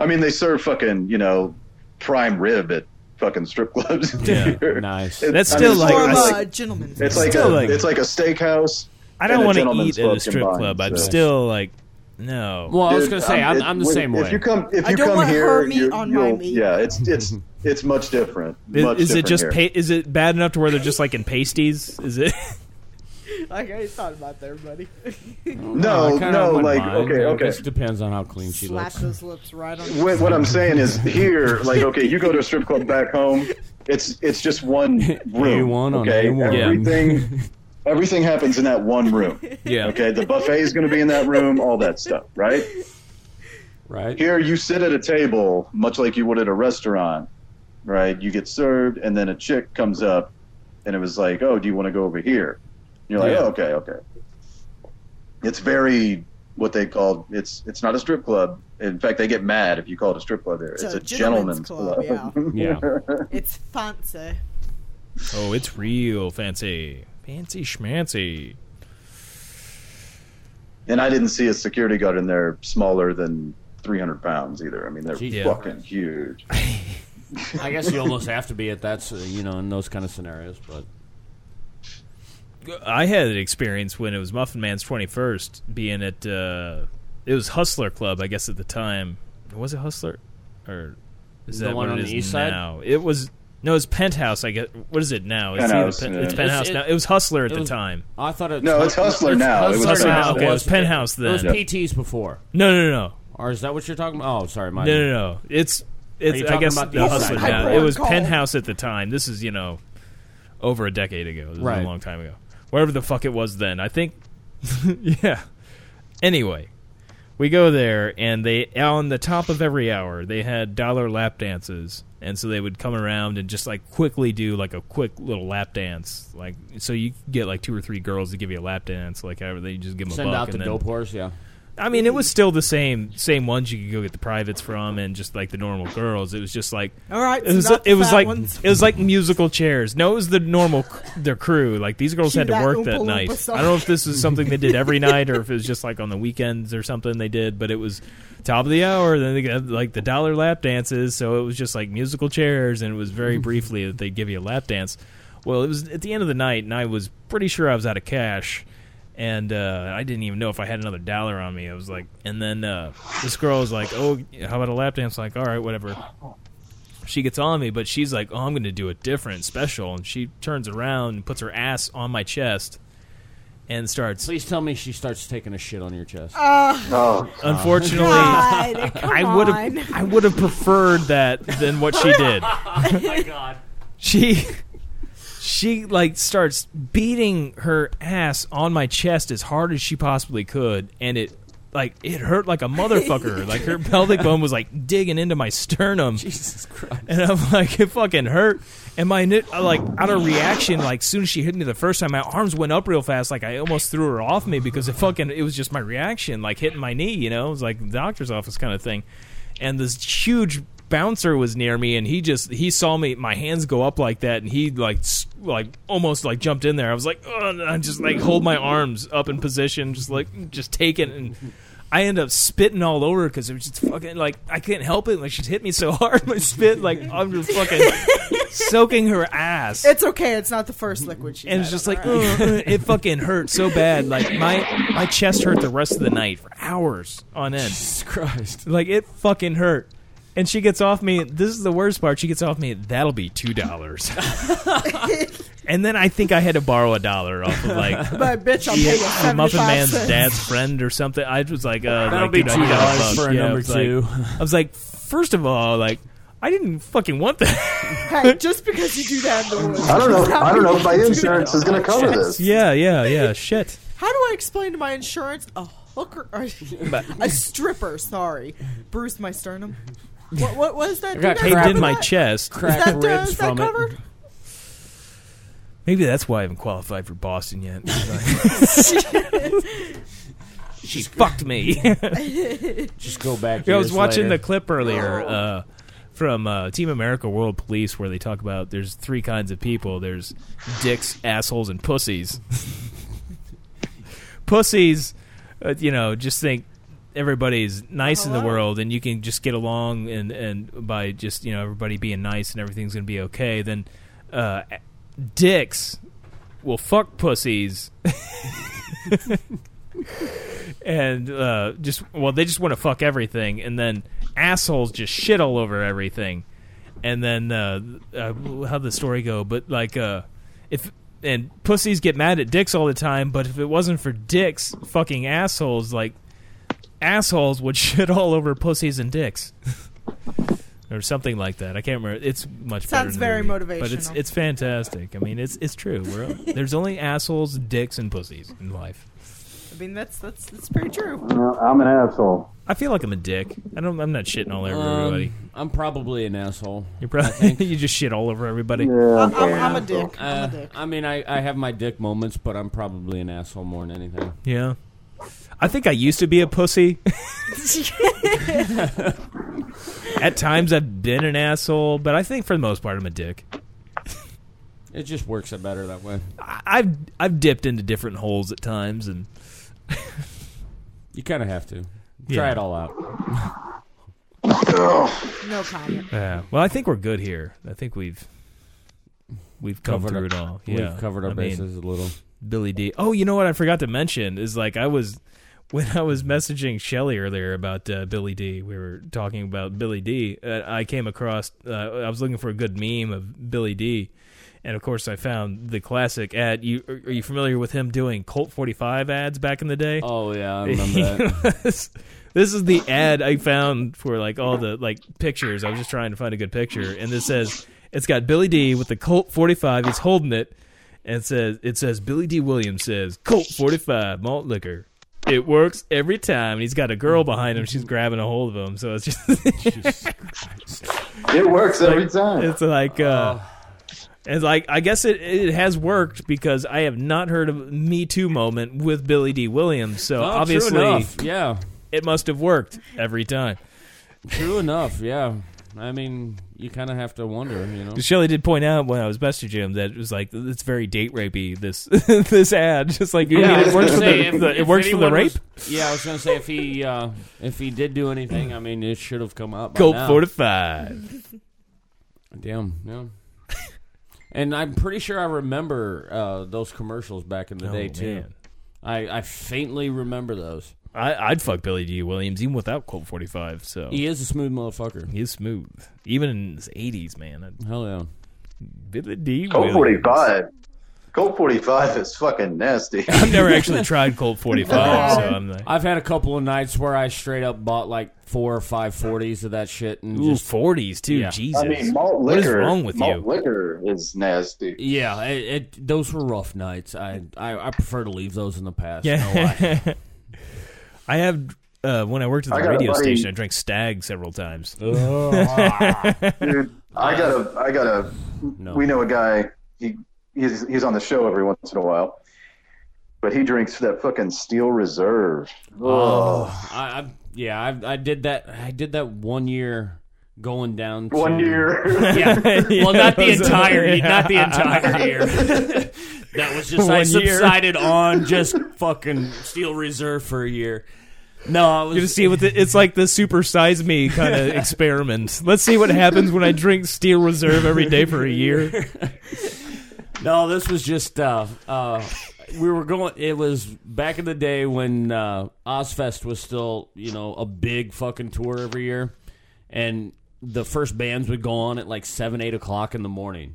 S7: I mean, they serve fucking you know prime rib at fucking strip clubs.
S4: Yeah,
S7: here.
S5: nice.
S7: It's-
S4: That's
S7: I
S4: still
S7: it's
S4: like-
S6: More of
S7: it's
S4: I-
S6: a gentleman's.
S7: It's like,
S4: Still
S7: a,
S4: like-
S7: it's like a steakhouse.
S4: I don't
S7: and a
S4: want to
S7: gentleman's
S4: eat at a
S7: club
S4: strip
S7: combined,
S4: club. I'm
S7: so-
S4: still like, no.
S5: Well, I was
S7: Dude, um,
S5: gonna say I'm,
S7: it-
S5: I'm the
S7: when-
S5: same
S7: if
S5: way.
S7: you come, if
S6: I
S7: you
S6: don't
S7: come
S6: want
S7: here,
S6: her meat
S7: you're-
S6: on
S7: you'll-
S6: my meat.
S7: Yeah, it's it's it's much different.
S4: is,
S7: much
S4: is it
S7: different
S4: just
S7: here.
S4: pa- is it bad enough to where they're just like in pasties? Is it?
S6: Like I thought about that, buddy.
S7: No,
S5: I kinda
S7: Oh, no,
S5: wouldn't
S7: like
S5: mind.
S7: okay,
S5: It
S7: okay.
S5: just depends on how clean she
S6: Slap
S5: looks.
S6: those lips right on.
S7: What, what I'm saying is here, like okay, you go to a strip club back home. It's it's just one room.
S5: A1 on
S7: okay,
S5: A1.
S4: Yeah.
S7: everything everything happens in that one room.
S4: yeah.
S7: Okay, the buffet is going to be in that room. All that stuff, right?
S5: Right?
S7: Here, you sit at a table, much like you would at a restaurant, right? You get served, and then a chick comes up, and it was like, "Oh, do you want to go over here?" And you're like,
S4: Yeah.
S7: "Oh, okay, okay." It's very what they call it's it's not a strip club. In fact, they get mad if you call it a strip club there. It's, a, gentleman's, club.
S5: Yeah.
S6: It's fancy.
S4: Oh, it's real fancy, fancy schmancy.
S7: and I didn't see a security guard in there smaller than 300 pounds either. I mean, they're
S5: Jeez.
S4: Yeah.
S7: fucking huge.
S5: I guess you almost have to be at that, so, you know, in those kind of scenarios. But
S4: I had an experience when it was Muffin Man's 21st, being at uh, it was Hustler Club, I guess at the time. Was it Hustler, or is
S5: The
S4: that
S5: one
S4: what
S5: on
S4: it
S5: the
S4: is
S5: east side?
S4: now? It was no, it's Penthouse. I guess what is it now? It's,
S7: Penthouse,
S4: either
S7: yeah.
S4: it's
S7: It's-
S4: Penthouse
S5: it-
S4: now. It was Hustler at
S5: it
S4: the
S5: was-
S4: time.
S5: Oh, I thought it was
S7: No, it's Hustler now. It was
S4: Hustler now. Okay, it was
S5: wasn't
S4: Penthouse
S5: It was
S4: then.
S5: PT's before.
S4: No, no, no,
S5: Or is that what you're talking about? Oh, sorry, my
S4: no, no, no. It's
S5: Are
S4: it's.
S5: you
S4: I
S5: talking
S4: guess
S5: about the
S4: the
S5: east
S4: Hustler
S5: side?
S4: now.
S6: Hyper
S4: It was
S6: call.
S4: Penthouse at the time. This is you know, over a decade ago. This is
S5: Right.
S4: a long time ago. Wherever the fuck it was then, I think. yeah. Anyway, we go there, and they on the top of every hour they had dollar lap dances, and so they would come around and just like quickly do like a quick little lap dance, like so you get like two or three girls to give you a lap dance, like however they just give them a
S5: Send
S4: buck
S5: out the
S4: and then
S5: dope horse, yeah.
S4: I mean, it was still the same same ones you could go get the privates from, and just like the normal girls. It was just like
S6: All right,
S4: it was
S6: so not the
S4: it was
S6: fat
S4: like
S6: ones.
S4: it was like musical chairs. No, it was the normal c- their crew. Like these girls
S6: Cue
S4: had to
S6: that
S4: work
S6: Oompa
S4: that
S6: Loompa
S4: night.
S6: song.
S4: I don't know if this was something they did every night or if it was just like on the weekends or something they did, but it was top of the hour. Then they got like the dollar lap dances, so it was just like musical chairs, and it was
S6: Mm-hmm.
S4: very briefly that they'd give you a lap dance. Well, it was at the end of the night, and I was pretty sure I was out of cash and uh, I didn't even know if I had another dollar on me. I was like, and then uh, this girl was like, "Oh, how about a lap dance?" like, all right, whatever. She gets on me, but she's like, "Oh, I'm going to do a different special," and she turns around and puts her ass on my chest and starts.
S5: Please tell me she starts taking a shit on your chest.
S7: Oh,
S4: Unfortunately,
S6: God, Ah, come
S4: I would
S6: on.
S4: have I would have preferred that than what she did.
S5: my god.
S4: she she like starts beating her ass on my chest as hard as she possibly could and it like it hurt like a motherfucker like her pelvic bone was like digging into my sternum
S5: Jesus Christ.
S4: and i'm like it fucking hurt and my ni- I, like out of reaction like soon as she hit me the first time my arms went up real fast like i almost threw her off me because it fucking it was just my reaction like hitting my knee you know it was like the doctor's office kind of thing and this huge bouncer was near me and he just he saw me my hands go up like that and he like s- like almost like jumped in there i was like oh and i just like hold my arms up in position just like just take it and i end up spitting all over because it was just fucking like i couldn't help it like she's hit me so hard my spit like i'm just fucking soaking her ass
S6: It's okay. It's not the first liquid she.
S4: and it's
S6: had,
S4: just
S6: all
S4: like
S6: right?
S4: "Ugh, it fucking hurt so bad like my my chest hurt the rest of the night for hours on end
S5: Jesus Christ.
S4: like it fucking hurt. And she gets off me. This is the worst part. She gets off me. That'll be two dollars. and then I think I had to borrow a dollar off of like
S6: but bitch, I'll pay you
S4: Muffin
S6: seventy-five
S4: Man's
S6: cents.
S4: dad's friend or something. I was like, uh,
S5: That'll
S4: like,
S5: be
S4: dude, I need a
S5: $2
S4: buck.
S5: for a
S4: Yeah, I
S5: number
S4: was like-
S5: two.
S4: I was like, first of all, like I didn't fucking want that.
S6: Hey, just because you do that in the woods.
S7: I don't know. I don't know if my
S6: Do
S7: insurance
S6: that.
S7: is going to cover this.
S4: yeah, yeah, yeah. Shit.
S6: How do I explain to my insurance a hooker, or a stripper? Sorry, bruised my sternum. What? What was that?
S5: I got
S6: Do you guys
S4: Paid in
S5: Crap.
S6: remember
S4: my
S6: that?
S4: chest.
S6: Is
S5: Crack
S6: that, uh,
S5: ribs
S6: is that
S5: from
S6: covered?
S5: it.
S4: Maybe that's why I haven't qualified for Boston yet. she fucked me.
S5: Just go back.
S4: I was
S5: years
S4: watching
S5: later.
S4: the clip earlier uh, from uh, Team America World Police where they talk about there's three kinds of people there's dicks, assholes, and pussies. pussies, uh, you know, just think everybody's nice in the
S6: Hello.
S4: world and you can just get along and, and by just, you know, everybody being nice and everything's going to be okay. Then uh, dicks will fuck pussies and uh, just well, they just want to fuck everything, and then assholes just shit all over everything, and then uh, uh, how'd the story go? But like, uh, if and pussies get mad at dicks all the time, but if it wasn't for dicks fucking assholes, like assholes would shit all over pussies and dicks. Or something like that. I can't remember. It's much better
S6: Sounds
S4: than the
S6: very
S4: movie, but it's
S6: motivational.
S4: it's fantastic. I mean, it's it's true. We're, there's only assholes, dicks, and pussies in life.
S6: I mean, that's that's that's pretty true.
S7: No, I'm an asshole.
S4: I feel like I'm a dick. I don't. I'm not shitting all over everybody.
S5: Um, I'm probably an asshole.
S4: You probably you just shit all over everybody.
S7: Yeah.
S6: I'm, I'm a dick.
S5: Uh,
S6: I'm a dick.
S5: I mean, I, I have my dick moments, but I'm probably an asshole more than anything.
S4: Yeah. I think I used to be a pussy. At times I've been an asshole, but I think for the most part I'm a dick.
S5: It just works out better that way.
S4: I, I've I've dipped into different holes at times, and
S5: You kind of have to
S4: Yeah.
S5: try it all out.
S6: No comment.
S4: yeah. Well, I think we're good here. I think we've we've come
S5: Covered
S4: through
S5: up-
S4: it all. Yeah,
S5: We've covered our
S4: I mean,
S5: bases a little.
S4: Billy D. Oh, you know what I forgot to mention is like I was when I was messaging Shelly earlier about uh, Billy D. We were talking about Billy D. Uh, I came across uh, I was looking for a good meme of Billy D. And of course, I found the classic ad. You are are you familiar with him doing Colt forty five ads back in the day?
S5: Oh yeah, I remember that.
S4: this is the ad I found for like all the like pictures. I was just trying to find a good picture, and this says it's got Billy D with the Colt 45. He's holding it, and it says it says Billy D Williams says Colt 45 malt liquor. It works every time. And he's got a girl behind him. She's grabbing a hold of him. So it's just
S7: It works every time.
S4: it's like
S5: Oh.
S4: uh, it's like I guess it it has worked because I have not heard of Me Too moment with Billy D Williams. So
S5: Oh,
S4: obviously
S5: true enough. yeah,
S4: it must have worked every time.
S5: true enough. Yeah, I mean, you kind of have to wonder, you know.
S4: Shelley did point out when I was messaging him that it was like it's very date rapey. This this ad, just like you mean,
S5: I
S4: it
S5: was
S4: works
S5: gonna
S4: for
S5: say,
S4: the,
S5: if-
S4: the- it
S5: if
S4: works for the
S5: anyone
S4: rape.
S5: was- yeah, I was gonna say if he uh, if he did do anything, I mean, it should have come up. by
S4: Colt
S5: now.
S4: four to five.
S5: Damn. Yeah. and I'm pretty sure I remember uh, those commercials back in the day too.
S4: Oh, man.
S5: I, I faintly remember those.
S4: I, I'd fuck Billy D. Williams even without Colt forty five. So
S5: He is a smooth motherfucker.
S4: he's smooth, even in his eighties, man. I'd-
S5: Hell yeah.
S4: Billy D.
S8: Colt
S4: Williams.
S8: 45. Colt 45 is fucking nasty.
S4: I've never actually tried Colt forty five, so I'm like,
S5: I've had a couple of nights where I straight up bought like four or five 40s of that shit and
S4: ooh,
S5: just
S4: forties too.
S5: Yeah. I
S4: Jesus,
S8: I mean, malt liquor.
S4: what is wrong with
S8: malt
S4: you?
S8: liquor is nasty.
S5: yeah, it, it, those were rough nights. I, I I prefer to leave those in the past.
S4: Yeah.
S5: No lie.
S4: I have uh, when I worked at
S8: I
S4: the
S8: got a
S4: radio
S8: buddy-
S4: station, I drank Stag several times.
S8: Dude, I gotta, I gotta.
S5: No.
S8: We know a guy. He he's he's on the show every once in a while, but he drinks that fucking Steel Reserve.
S5: Oh, I, I yeah, I, I did that. I did that one year going down. To,
S8: One year.
S5: Yeah. Well, not the
S4: Yeah.
S5: entire year. Not the entire year. that was just I
S4: One year.
S5: subsided on just fucking steel reserve for a year. No, I was
S4: You're gonna see what the, it's like the super size me kind of experiment. Let's see what happens when I drink Steel Reserve every day for a year.
S5: No, this was just uh, uh, we were going. It was back in the day when uh, Ozfest was still, you know, a big fucking tour every year, and the first bands would go on at like seven, eight o'clock in the morning,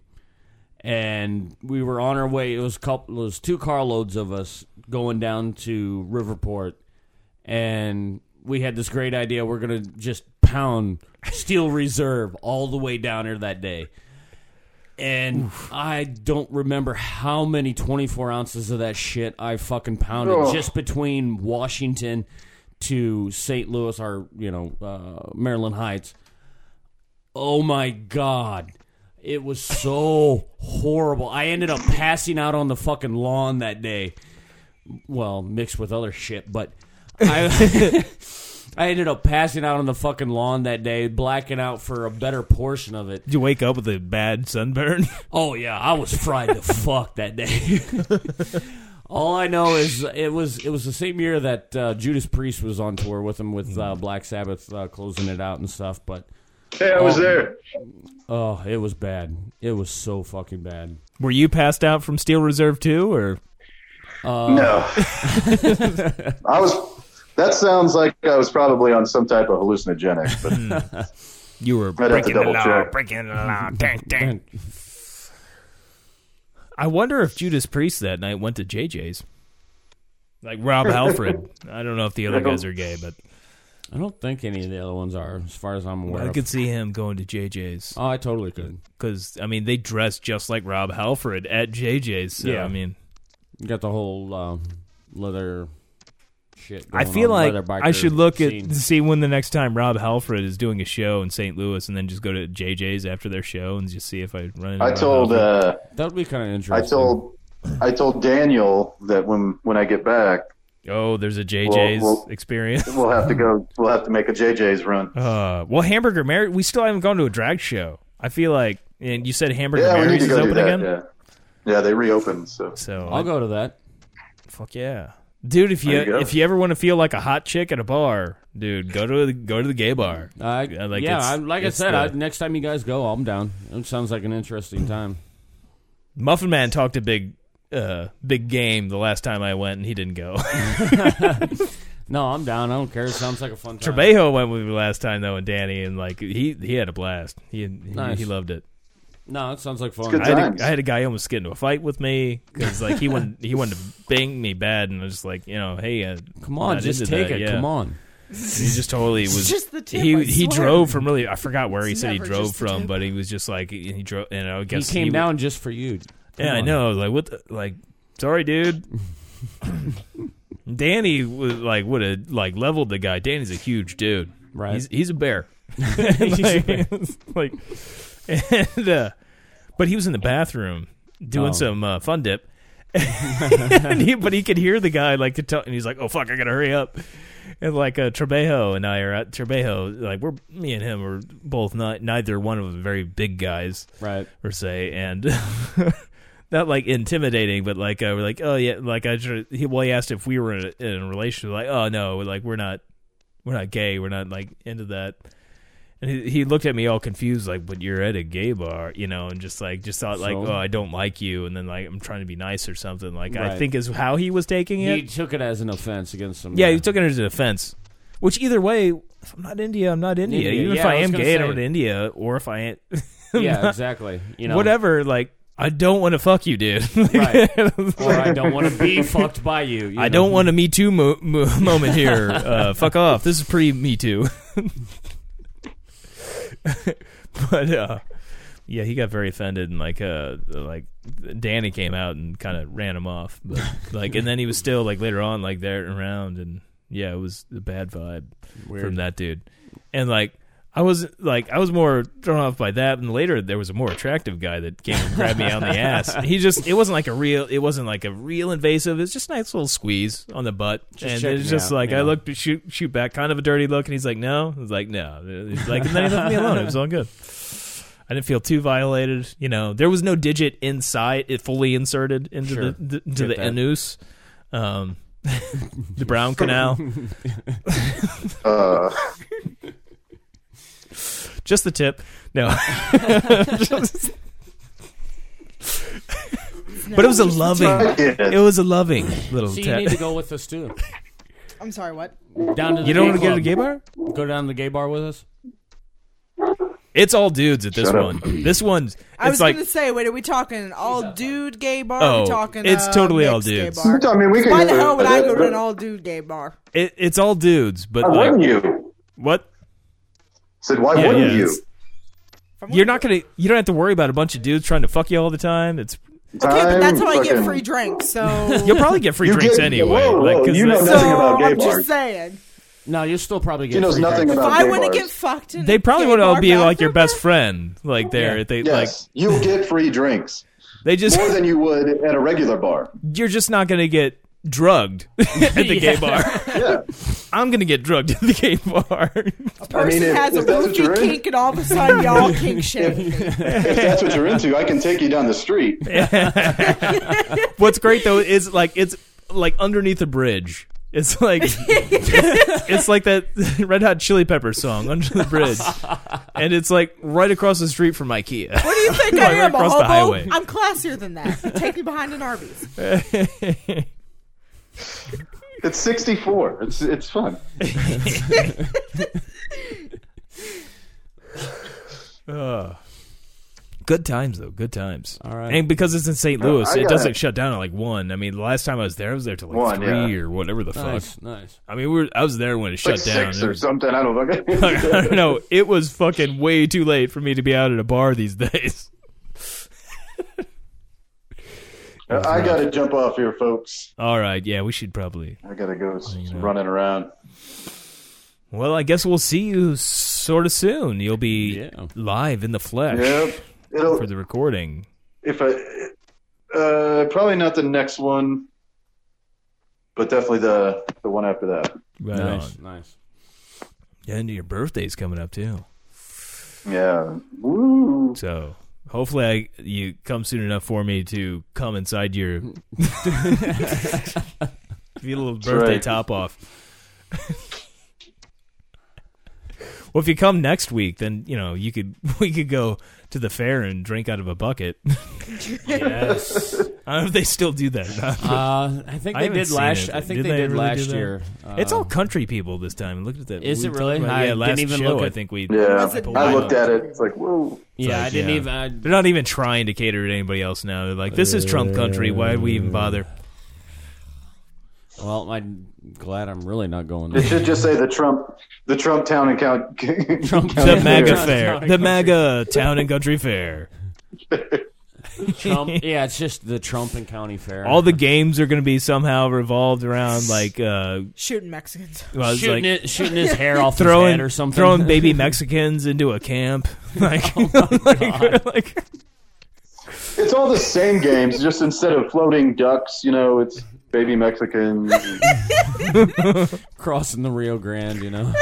S5: and we were on our way. It was a couple, it was two carloads of us going down to Riverport, and we had this great idea. We're gonna just pound steel reserve all the way down here that day. And I don't remember how many 24 ounces of that shit I fucking pounded
S7: Ugh.
S5: just between Washington to St. Louis or, you know, uh, Maryland Heights. Oh my God. It was so horrible. I ended up passing out on the fucking lawn that day. Well, mixed with other shit, but I. I ended up passing out on the fucking lawn that day, blacking out for a better portion of it.
S4: Did you wake up with a bad sunburn?
S5: Oh yeah, I was fried to fuck that day. All I know is it was it was the same year that uh, Judas Priest was on tour with him with
S4: Mm.
S5: uh, Black Sabbath uh, closing it out and stuff. But
S8: Hey, I was there.
S5: oh, it was bad. It was so fucking bad.
S4: Were you passed out from Steel Reserve too, or
S8: No.
S7: I was. That sounds like I was probably on some type of hallucinogenic, but
S4: you were
S7: I'd have to double check.
S5: Man,
S4: I wonder if Judas Priest that night went to JJ's. Like Rob Halford. I don't know if the other guys are gay, but
S5: I don't think any of the other ones are, as far as I'm aware.
S4: I
S5: of.
S4: could see him going to JJ's.
S5: oh, I totally could.
S4: Because, I mean, they dress just like Rob Halford at JJ's. So,
S5: Yeah.
S4: I mean,
S5: You got the whole um, leather shit.
S4: I
S5: going
S4: feel
S5: on,
S4: like
S5: leather biker
S4: I should look
S5: scene.
S4: at see when the next time Rob Halford is doing a show in St. Louis and then just go to JJ's after their show and just see if I run into
S7: I
S4: Rob
S7: told.
S4: Halford.
S7: Uh,
S5: That would be kind of
S7: I
S5: interesting.
S7: told. I told Daniel that when when I get back,
S4: Oh, there's a JJ's
S7: well-
S4: experience.
S7: we'll have to go. We'll have to make a JJ's run.
S4: Uh, well, Hamburger Mary, we still haven't gone to a drag show. I feel like, and you said Hamburger
S7: Yeah, we need
S4: Mary's
S7: to
S4: is
S7: go do
S4: open
S7: that.
S4: again.
S7: Yeah. Yeah, they reopened. So
S4: So
S5: I'll go to that.
S4: Fuck yeah, dude. If you,
S7: There you go.
S4: if you ever want to feel like a hot chick at a bar, dude, go to the, go to the gay bar.
S5: I,
S4: Yeah, like
S5: yeah,
S4: it's-
S5: I, like I
S4: it's
S5: said,
S4: the-
S5: I, next time you guys go, I'm down. It sounds like an interesting time.
S4: Muffin Man talked a big uh big game the last time I went, and he didn't go.
S5: No, I'm down. I don't care. It sounds like a fun time.
S4: Uh, Trebejo went with me last time though, and Danny, and like he he had a blast. He he,
S5: Nice.
S4: he loved it.
S5: No, it sounds like fun.
S7: good
S4: I had,
S7: Times.
S4: a, I had a guy almost get into a fight with me because like he wanted he wanted to bang me bad, and I was just like, you know, hey, uh,
S5: Come on,
S4: not
S5: just
S4: into
S5: take
S4: that,
S5: it.
S4: yeah.
S5: Come on.
S4: He just totally was.
S6: just the tip,
S4: he
S6: I
S4: he
S6: swear.
S4: drove from really. I forgot where he
S6: It's
S4: said he
S6: never
S4: drove
S6: just the
S4: from,
S6: tip.
S4: but he was just like he he drove. And I
S5: He
S4: guess
S5: came
S4: he-
S5: down just for you. Come
S4: Yeah, I
S5: on.
S4: know. I was like what? The, like sorry, dude. Danny was like would have like leveled the guy. Danny's a huge dude.
S5: Right.
S4: He's he's a bear. like, like- and uh, but he was in the bathroom doing
S5: Oh.
S4: some uh, fun dip. and he, but he could hear the guy like to tell, and he's like, "Oh fuck, I gotta hurry up." And like uh, Trebejo and I are at Trebejo, like we're me and him are both not neither one of them very big guys
S5: Right.
S4: per se, and not like intimidating, but like uh, we're like, oh yeah, like I tr- he well he asked if we were in a, in a relationship, like oh no, like we're not, we're not gay, we're not like into that. And he, he looked at me all confused, like, but you're at a gay bar, you know, and just like just thought like,
S5: So?
S4: oh, I don't like you, and then like I'm trying to be nice or something, like I
S5: Right.
S4: think is how he was taking it.
S5: He took it as an offense against some.
S4: yeah, he took it as an offense. Which either way, if I'm not India, I'm not India.
S5: India,
S4: Even
S5: yeah,
S4: if I,
S5: I was
S4: am
S5: gonna
S4: gay, I'm
S5: say.
S4: not India, or if I ain't,
S5: yeah, exactly. You know,
S4: whatever. Like, I don't want to fuck you, dude.
S5: Right. Or I don't want to be fucked by you. you
S4: I
S5: know?
S4: don't want a Me Too mo- mo- moment here. Uh, fuck off. This is pre Me Too. but uh, yeah, he got very offended, and like, uh, like Danny came out and kind of ran him off. But like, and then he was still like later on, like there around, and yeah, it was a bad vibe from that dude. And like, I was like, I was more thrown off by that. And later, there was a more attractive guy that came and grabbed me on the ass. He just, it wasn't like a real, it wasn't like a real invasive. It's just a nice little squeeze on the butt. and
S5: checking
S4: it's just
S5: out,
S4: like,
S5: yeah.
S4: I looked, shoot, shoot back, kind of a dirty look. And he's like, no. I was like, no. He's like, and then he left me alone. It was all good. I didn't feel too violated. You know, there was no digit inside, it fully inserted into
S5: Sure.
S4: the, the to
S5: Get
S4: the
S5: that.
S4: anus. Um, the brown canal.
S7: uh,
S4: just the tip. No, but it was a loving.
S7: yeah.
S4: It was a loving little
S5: So you
S4: tap.
S5: need to go with us too.
S6: I'm sorry, what?
S5: Down to the
S4: You don't
S5: gay
S4: want to go to the
S5: club.
S4: gay bar?
S5: Go down to the gay bar with us.
S4: It's all dudes at this
S7: Shut up.
S4: one. This one's
S6: I
S4: it's
S6: was
S4: like
S6: gonna say, wait, are we talking all dude gay bar? are
S4: Oh,
S6: we talking
S4: it's
S6: uh,
S4: totally all
S6: mixed gay
S4: dudes.
S6: bar?
S7: I mean, we could.
S6: Why the hell would I go to an all dude gay bar?
S4: it, it's all dudes, but
S7: Why wouldn't
S4: like
S7: you?
S4: what?
S7: said, why
S4: Yeah,
S7: wouldn't
S4: yeah,
S7: you?
S4: it's- You're not gonna. You don't have to worry about a bunch of dudes trying to fuck you all the time. It's
S6: Okay, but that's
S7: Time,
S6: how I get
S7: fucking-
S6: free drinks. So
S4: you'll probably get free
S7: You
S4: drinks
S7: get-
S4: anyway.
S7: whoa,
S4: like,
S7: whoa,
S4: 'cause
S7: you know
S4: they,
S6: so
S7: nothing about gay
S6: I'm just
S7: bars.
S6: saying.
S5: No, you'll still probably get.
S7: She knows
S5: free
S7: nothing
S5: drinks.
S6: If
S7: about
S6: I
S7: gay
S6: want to
S7: bars.
S6: get fucked in, a
S4: they probably
S6: gay
S4: would all
S6: bar
S4: be like your
S6: bathroom,
S4: best friend. Like there,
S5: Yeah.
S4: they
S7: Yes, you'll get free drinks
S4: like they just
S7: more than you would at a regular bar.
S4: you're just not gonna get drugged at the gay bar.
S7: Yeah,
S4: I'm gonna get drugged at the gay bar.
S6: a person
S7: I mean, if-
S6: has a
S7: if that's what you're
S6: roofie
S7: in-
S6: kink, and all of a sudden y'all kink shit.
S7: if that's what you're into, I can take you down the street.
S4: What's great though is like it's like underneath a bridge. It's like it's like that Red Hot Chili Pepper song under the bridge, and it's like right across the street from IKEA.
S6: What do you think
S4: Right
S6: I am, a
S4: across the
S6: hobo?
S4: highway.
S6: I'm classier than that. Take me behind an Arby's.
S7: It's 64. It's it's fun.
S4: Ugh. Good times though, good times.
S5: All right.
S4: and because it's in St. Louis,
S7: I
S4: it
S7: got
S4: doesn't
S7: it.
S4: shut down at like one. I mean, the last time I was there, I was there till like
S7: One,
S4: three
S7: yeah.
S4: or whatever the fuck.
S5: Nice, nice.
S4: I mean, we were, I was there when it
S7: Like
S4: shut down.
S7: six
S4: It
S7: or
S4: was-
S7: something. I don't know.
S4: I don't know. It was fucking way too late for me to be out at a bar these days.
S7: I gotta jump off here, folks.
S4: All right, yeah, we should probably.
S7: I gotta go s- running around.
S4: Well, I guess we'll see you sort of soon. You'll be
S5: Yeah.
S4: live in the flesh
S7: Yep. It'll
S4: for the recording.
S7: if I uh probably not the next one, but definitely the the one after that.
S4: Right
S5: Nice, nice.
S4: on. And your birthday's coming up too.
S7: Yeah. Woo.
S4: So hopefully I, you come soon enough for me to come inside your give you a little birthday
S7: right.
S4: top off. well, if you come next week, then you know you could we could go to the fair and drink out of a bucket.
S5: Yes.
S4: I don't know if they still do that. or not.
S5: Uh, I think
S4: I
S5: they
S4: haven't
S5: did
S4: seen
S5: last.
S4: it.
S5: I think
S4: Did
S5: they,
S4: they
S5: did
S4: really do
S5: last
S4: that?
S5: year. Uh,
S4: it's all country people this time. Look at that.
S5: Is
S4: We
S5: it
S4: talked
S5: really?
S4: about-
S5: I
S4: yeah,
S5: didn't
S4: last
S5: even
S4: show,
S5: look
S4: I
S5: at-
S4: think we.
S7: Yeah.
S6: it
S7: I
S6: mine?
S7: looked at it. It's like whoa.
S5: Yeah, I didn't
S4: yeah.
S5: even. I,
S4: They're not even trying to cater to anybody else now. They're like, this is Trump country. Why would we even bother?
S5: well, I'm glad I'm really not going
S7: It
S5: there.
S7: should just say the Trump the Trump town and count
S5: Trump
S4: the
S5: Town-
S4: MAGA
S5: Town-
S4: fair,
S5: Town and
S4: the
S5: Country.
S4: MAGA town and country fair.
S5: Trump. Yeah, it's just the Trump and County Fair.
S4: All the games are going to be somehow revolved around like, uh,
S6: Shooting Mexicans.
S4: well, it's
S5: shooting
S4: like
S5: it, shooting his hair off his
S4: throwing
S5: head or something. Oh
S4: throwing baby Mexicans into a camp. Like, like, like- uh,
S7: It's all the same games, just instead of floating ducks, you know, it's baby Mexicans.
S5: crossing the Rio Grande. You know.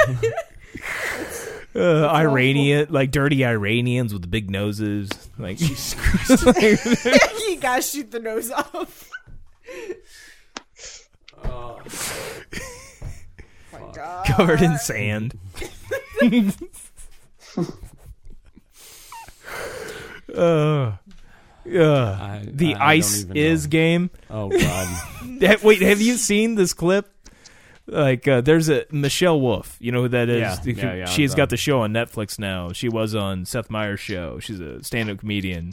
S4: uh, Iranian, like dirty Iranians with big noses. Like,
S6: you guys shoot the nose off. Oh my god.
S4: covered in sand. uh, uh,
S5: I-
S4: the
S5: I don't
S4: ice
S5: even know.
S4: is game.
S5: Oh God.
S4: Have- Wait, have you seen this clip? Like, uh, there's a Michelle Wolf. You know who that is?
S5: Yeah,
S4: She-
S5: yeah, yeah,
S4: She's
S5: I know.
S4: got the show on Netflix now. She was on Seth Meyers' show. She's a stand-up comedian,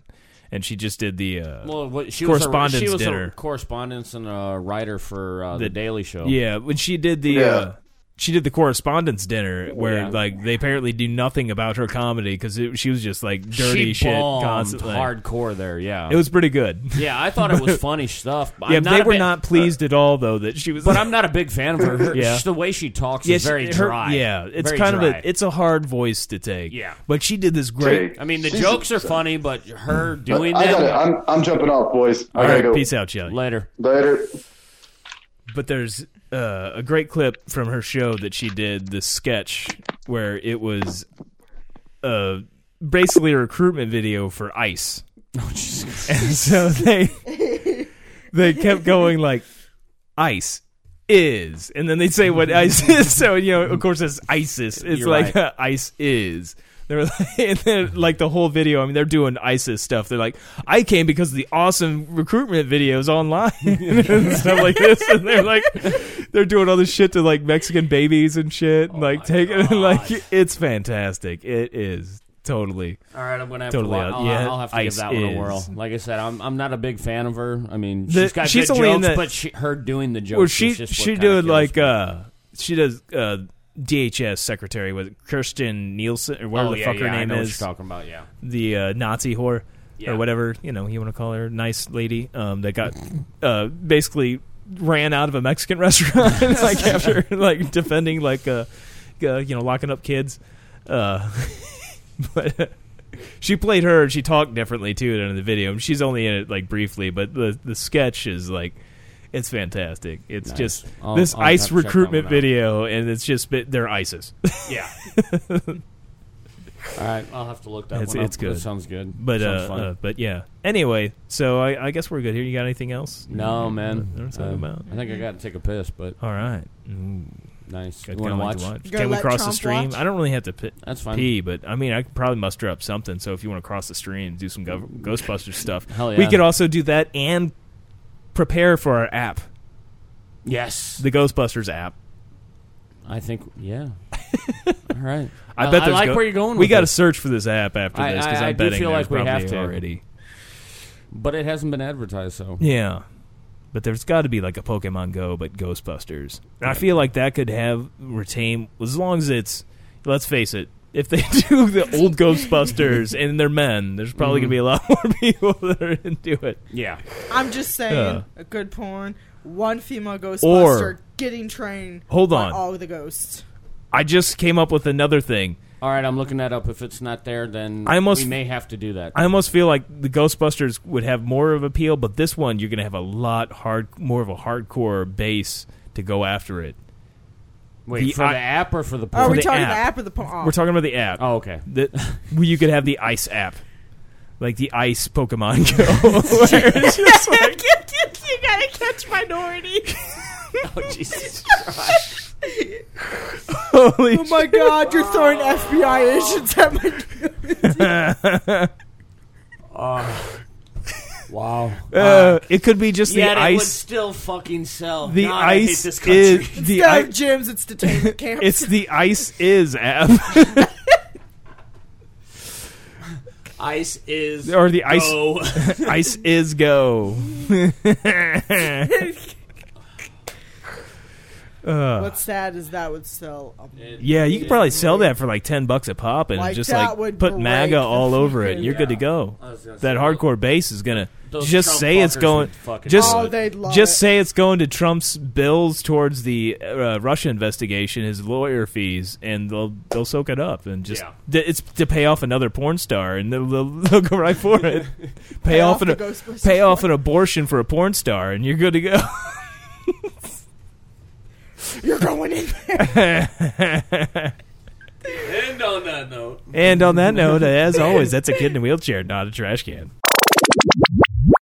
S4: and she just did the uh,
S5: Well, what, she was a,
S4: Correspondence
S5: she was
S4: dinner.
S5: a correspondence and a writer for uh, the,
S4: The-
S5: Daily Show.
S4: yeah. When she did the
S7: Yeah.
S4: uh, she did the correspondence dinner where
S5: Oh, Yeah.
S4: like they apparently do nothing about her comedy because she was just like dirty
S5: she
S4: shit
S5: bombed
S4: constantly.
S5: hardcore there. Yeah,
S4: It was pretty good.
S5: yeah, I thought it was funny stuff. But
S4: yeah,
S5: I'm
S4: they
S5: a
S4: were
S5: big-
S4: not pleased at all though that she was.
S5: But I'm not a big fan of her. her
S4: Yeah.
S5: just the way she talks
S4: Yeah,
S5: is
S4: she-
S5: very
S4: her-
S5: dry.
S4: yeah, it's
S5: Very
S4: kind
S5: dry.
S4: of a it's a hard voice to take.
S5: Yeah.
S4: but she did this great.
S7: Take.
S5: I mean, the
S7: She's-
S5: jokes are funny, but her
S7: But
S5: doing
S7: I
S5: that
S7: gotta, I'm, I'm jumping off, boys. I
S4: All
S7: gotta
S4: right,
S7: go.
S4: peace out, Shelly.
S5: later.
S7: Later.
S4: But there's uh, a great clip from her show that she did this sketch where it was uh, basically a recruitment video for ICE. And so they they kept going like ICE is, and then they'd say what ICE is. So you know, of course, it's ISIS. It's
S5: You're
S4: like
S5: right.
S4: uh, ICE is. They're like, and then, like the whole video. I mean, they're doing ISIS stuff. They're like, I came because of the awesome recruitment videos online and stuff like this. And they're like, they're doing all this shit to like Mexican babies and shit.
S5: Oh
S4: like, take it. Like, it's fantastic. It is totally.
S5: All right, I'm gonna have
S4: Totally
S5: to.
S4: out.
S5: Watch. I'll,
S4: Yeah,
S5: I'll have to
S4: Ice
S5: give that one
S4: is.
S5: a whirl. Like I said, I'm I'm not a big fan of her. I mean,
S4: The-
S5: she's got
S4: she's
S5: good
S4: only in
S5: jokes,
S4: that-
S5: but she, her doing the jokes.
S4: Well,
S5: is
S4: she uh,
S5: just what
S4: she
S5: kinda
S4: did
S5: kills
S4: like
S5: me.
S4: uh she does uh DHS secretary was Kirsten Nielsen or whatever
S5: oh,
S4: the
S5: yeah,
S4: fuck
S5: yeah,
S4: her
S5: I
S4: name
S5: know
S4: is,
S5: What you're talking about yeah.
S4: the uh, Nazi whore
S5: Yeah.
S4: or whatever you know you want to call her, nice lady um, that got uh, basically ran out of a Mexican restaurant like after like defending like uh, uh, you know locking up kids, uh, but. uh, she played her. and She talked differently too in the video. She's only in it like briefly, but the the sketch is like it's fantastic. It's
S5: Nice.
S4: just
S5: I'll-
S4: this
S5: I'll
S4: ICE
S5: have to check that
S4: recruitment
S5: one out.
S4: video, and it's just but they're ISIS.
S5: Yeah. All right, I'll have to look that
S4: It's-
S5: one up.
S4: it's good.
S5: That sounds good.
S4: But uh,
S5: sounds fun.
S4: uh, but yeah. Anyway, so I, I guess we're good here. You got anything else?
S5: no, man. Uh,
S4: Know what I'm talking about?
S5: I think I got to take a piss, but
S4: All right. Ooh,
S5: nice.
S4: got
S5: you want
S4: kinda
S5: to
S4: like
S5: watch?
S4: to
S6: You gonna
S4: Can we
S6: let
S4: cross the
S6: Trump
S4: stream?
S6: watch?
S4: I don't really have to pi-
S5: That's fine.
S4: pee, but I mean, I could probably muster up something. So if you want to cross the stream, do some gov- Ghostbusters stuff.
S5: Hell
S4: We
S5: yeah.
S4: could also do that and prepare for our app,
S5: Yes,
S4: the Ghostbusters app.
S5: I think yeah. All right.
S4: I bet
S5: I
S4: there's
S5: like
S4: go-
S5: where you're going.
S4: We
S5: with
S4: got to
S5: this,
S4: search for this app after
S5: I-
S4: this because
S5: I-
S4: I'm
S5: I do
S4: betting
S5: feel
S4: there's
S5: like we have
S4: probably
S5: to.
S4: already.
S5: but it hasn't been advertised, so
S4: Yeah. But there's got to be like a Pokemon Go, but Ghostbusters. And I feel like that could have retain as long as it's. Let's face it, if they do the old Ghostbusters and they're men, there's probably gonna be a lot more people that are into it.
S5: yeah.
S6: I'm just saying,
S4: Uh.
S6: a good porn, one female Ghostbuster
S4: Or-
S6: getting trained.
S4: Hold
S6: by
S4: on.
S6: all the ghosts.
S4: I just came up with another thing.
S5: All right, I'm looking that up. If it's not there, then
S4: I almost-
S5: we may have to do that.
S4: I almost feel like the Ghostbusters would have more of appeal, but this one you're gonna have a lot hard, more of a hardcore base to go after it.
S5: Wait
S4: the
S5: for
S4: I-
S5: the app or for the
S6: Are
S5: porn?
S6: we
S4: the
S6: talking
S4: app.
S6: the app or the porn? Oh.
S4: We're talking about the app.
S5: oh, okay.
S4: that where you could have the ice app, like the ice Pokemon Go. where it's just like-
S6: you gotta catch minority.
S4: holy
S6: oh my god, you're throwing FBI agents at my.
S5: Wow.
S4: uh, it could be just
S5: Yet
S4: the
S5: it would
S4: ice.
S5: still fucking sell.
S4: The
S5: God, I hate
S4: ice
S5: this country.
S4: is the
S6: Instead
S4: ice.
S6: of gyms, it's detainment camps.
S4: It's the ice is app
S5: Ice is
S4: or the ice
S5: go.
S4: ice is go. Uh,
S6: What's sad is that would um, sell. a-
S4: yeah, you could probably sell that for like ten bucks a pop and
S6: Like,
S4: just
S6: that
S4: like
S6: would
S4: put
S6: break
S4: MAGA
S6: the
S4: all over it.
S6: fucking-
S4: You're good to go.
S5: I was gonna say,
S4: That hardcore base is gonna
S5: those
S4: just
S5: Trump
S4: say it's
S5: fuckers
S4: going.
S5: would fucking
S4: Just
S5: love
S6: Oh, they'd love
S4: just
S6: it.
S4: say it's going to Trump's bills towards the uh, Russia investigation, his lawyer fees, and they'll they'll soak it up and just
S5: Yeah.
S4: d- it's to pay off another porn star, and they'll, they'll, they'll go right for it. pay, off,
S6: off
S4: an
S6: the
S4: a-
S6: Ghostbusters
S4: pay off an abortion for a porn star, and you're good to go.
S6: You're going in there.
S5: End on that note.
S4: and on that note, as always, that's a kid in a wheelchair, not a trash can.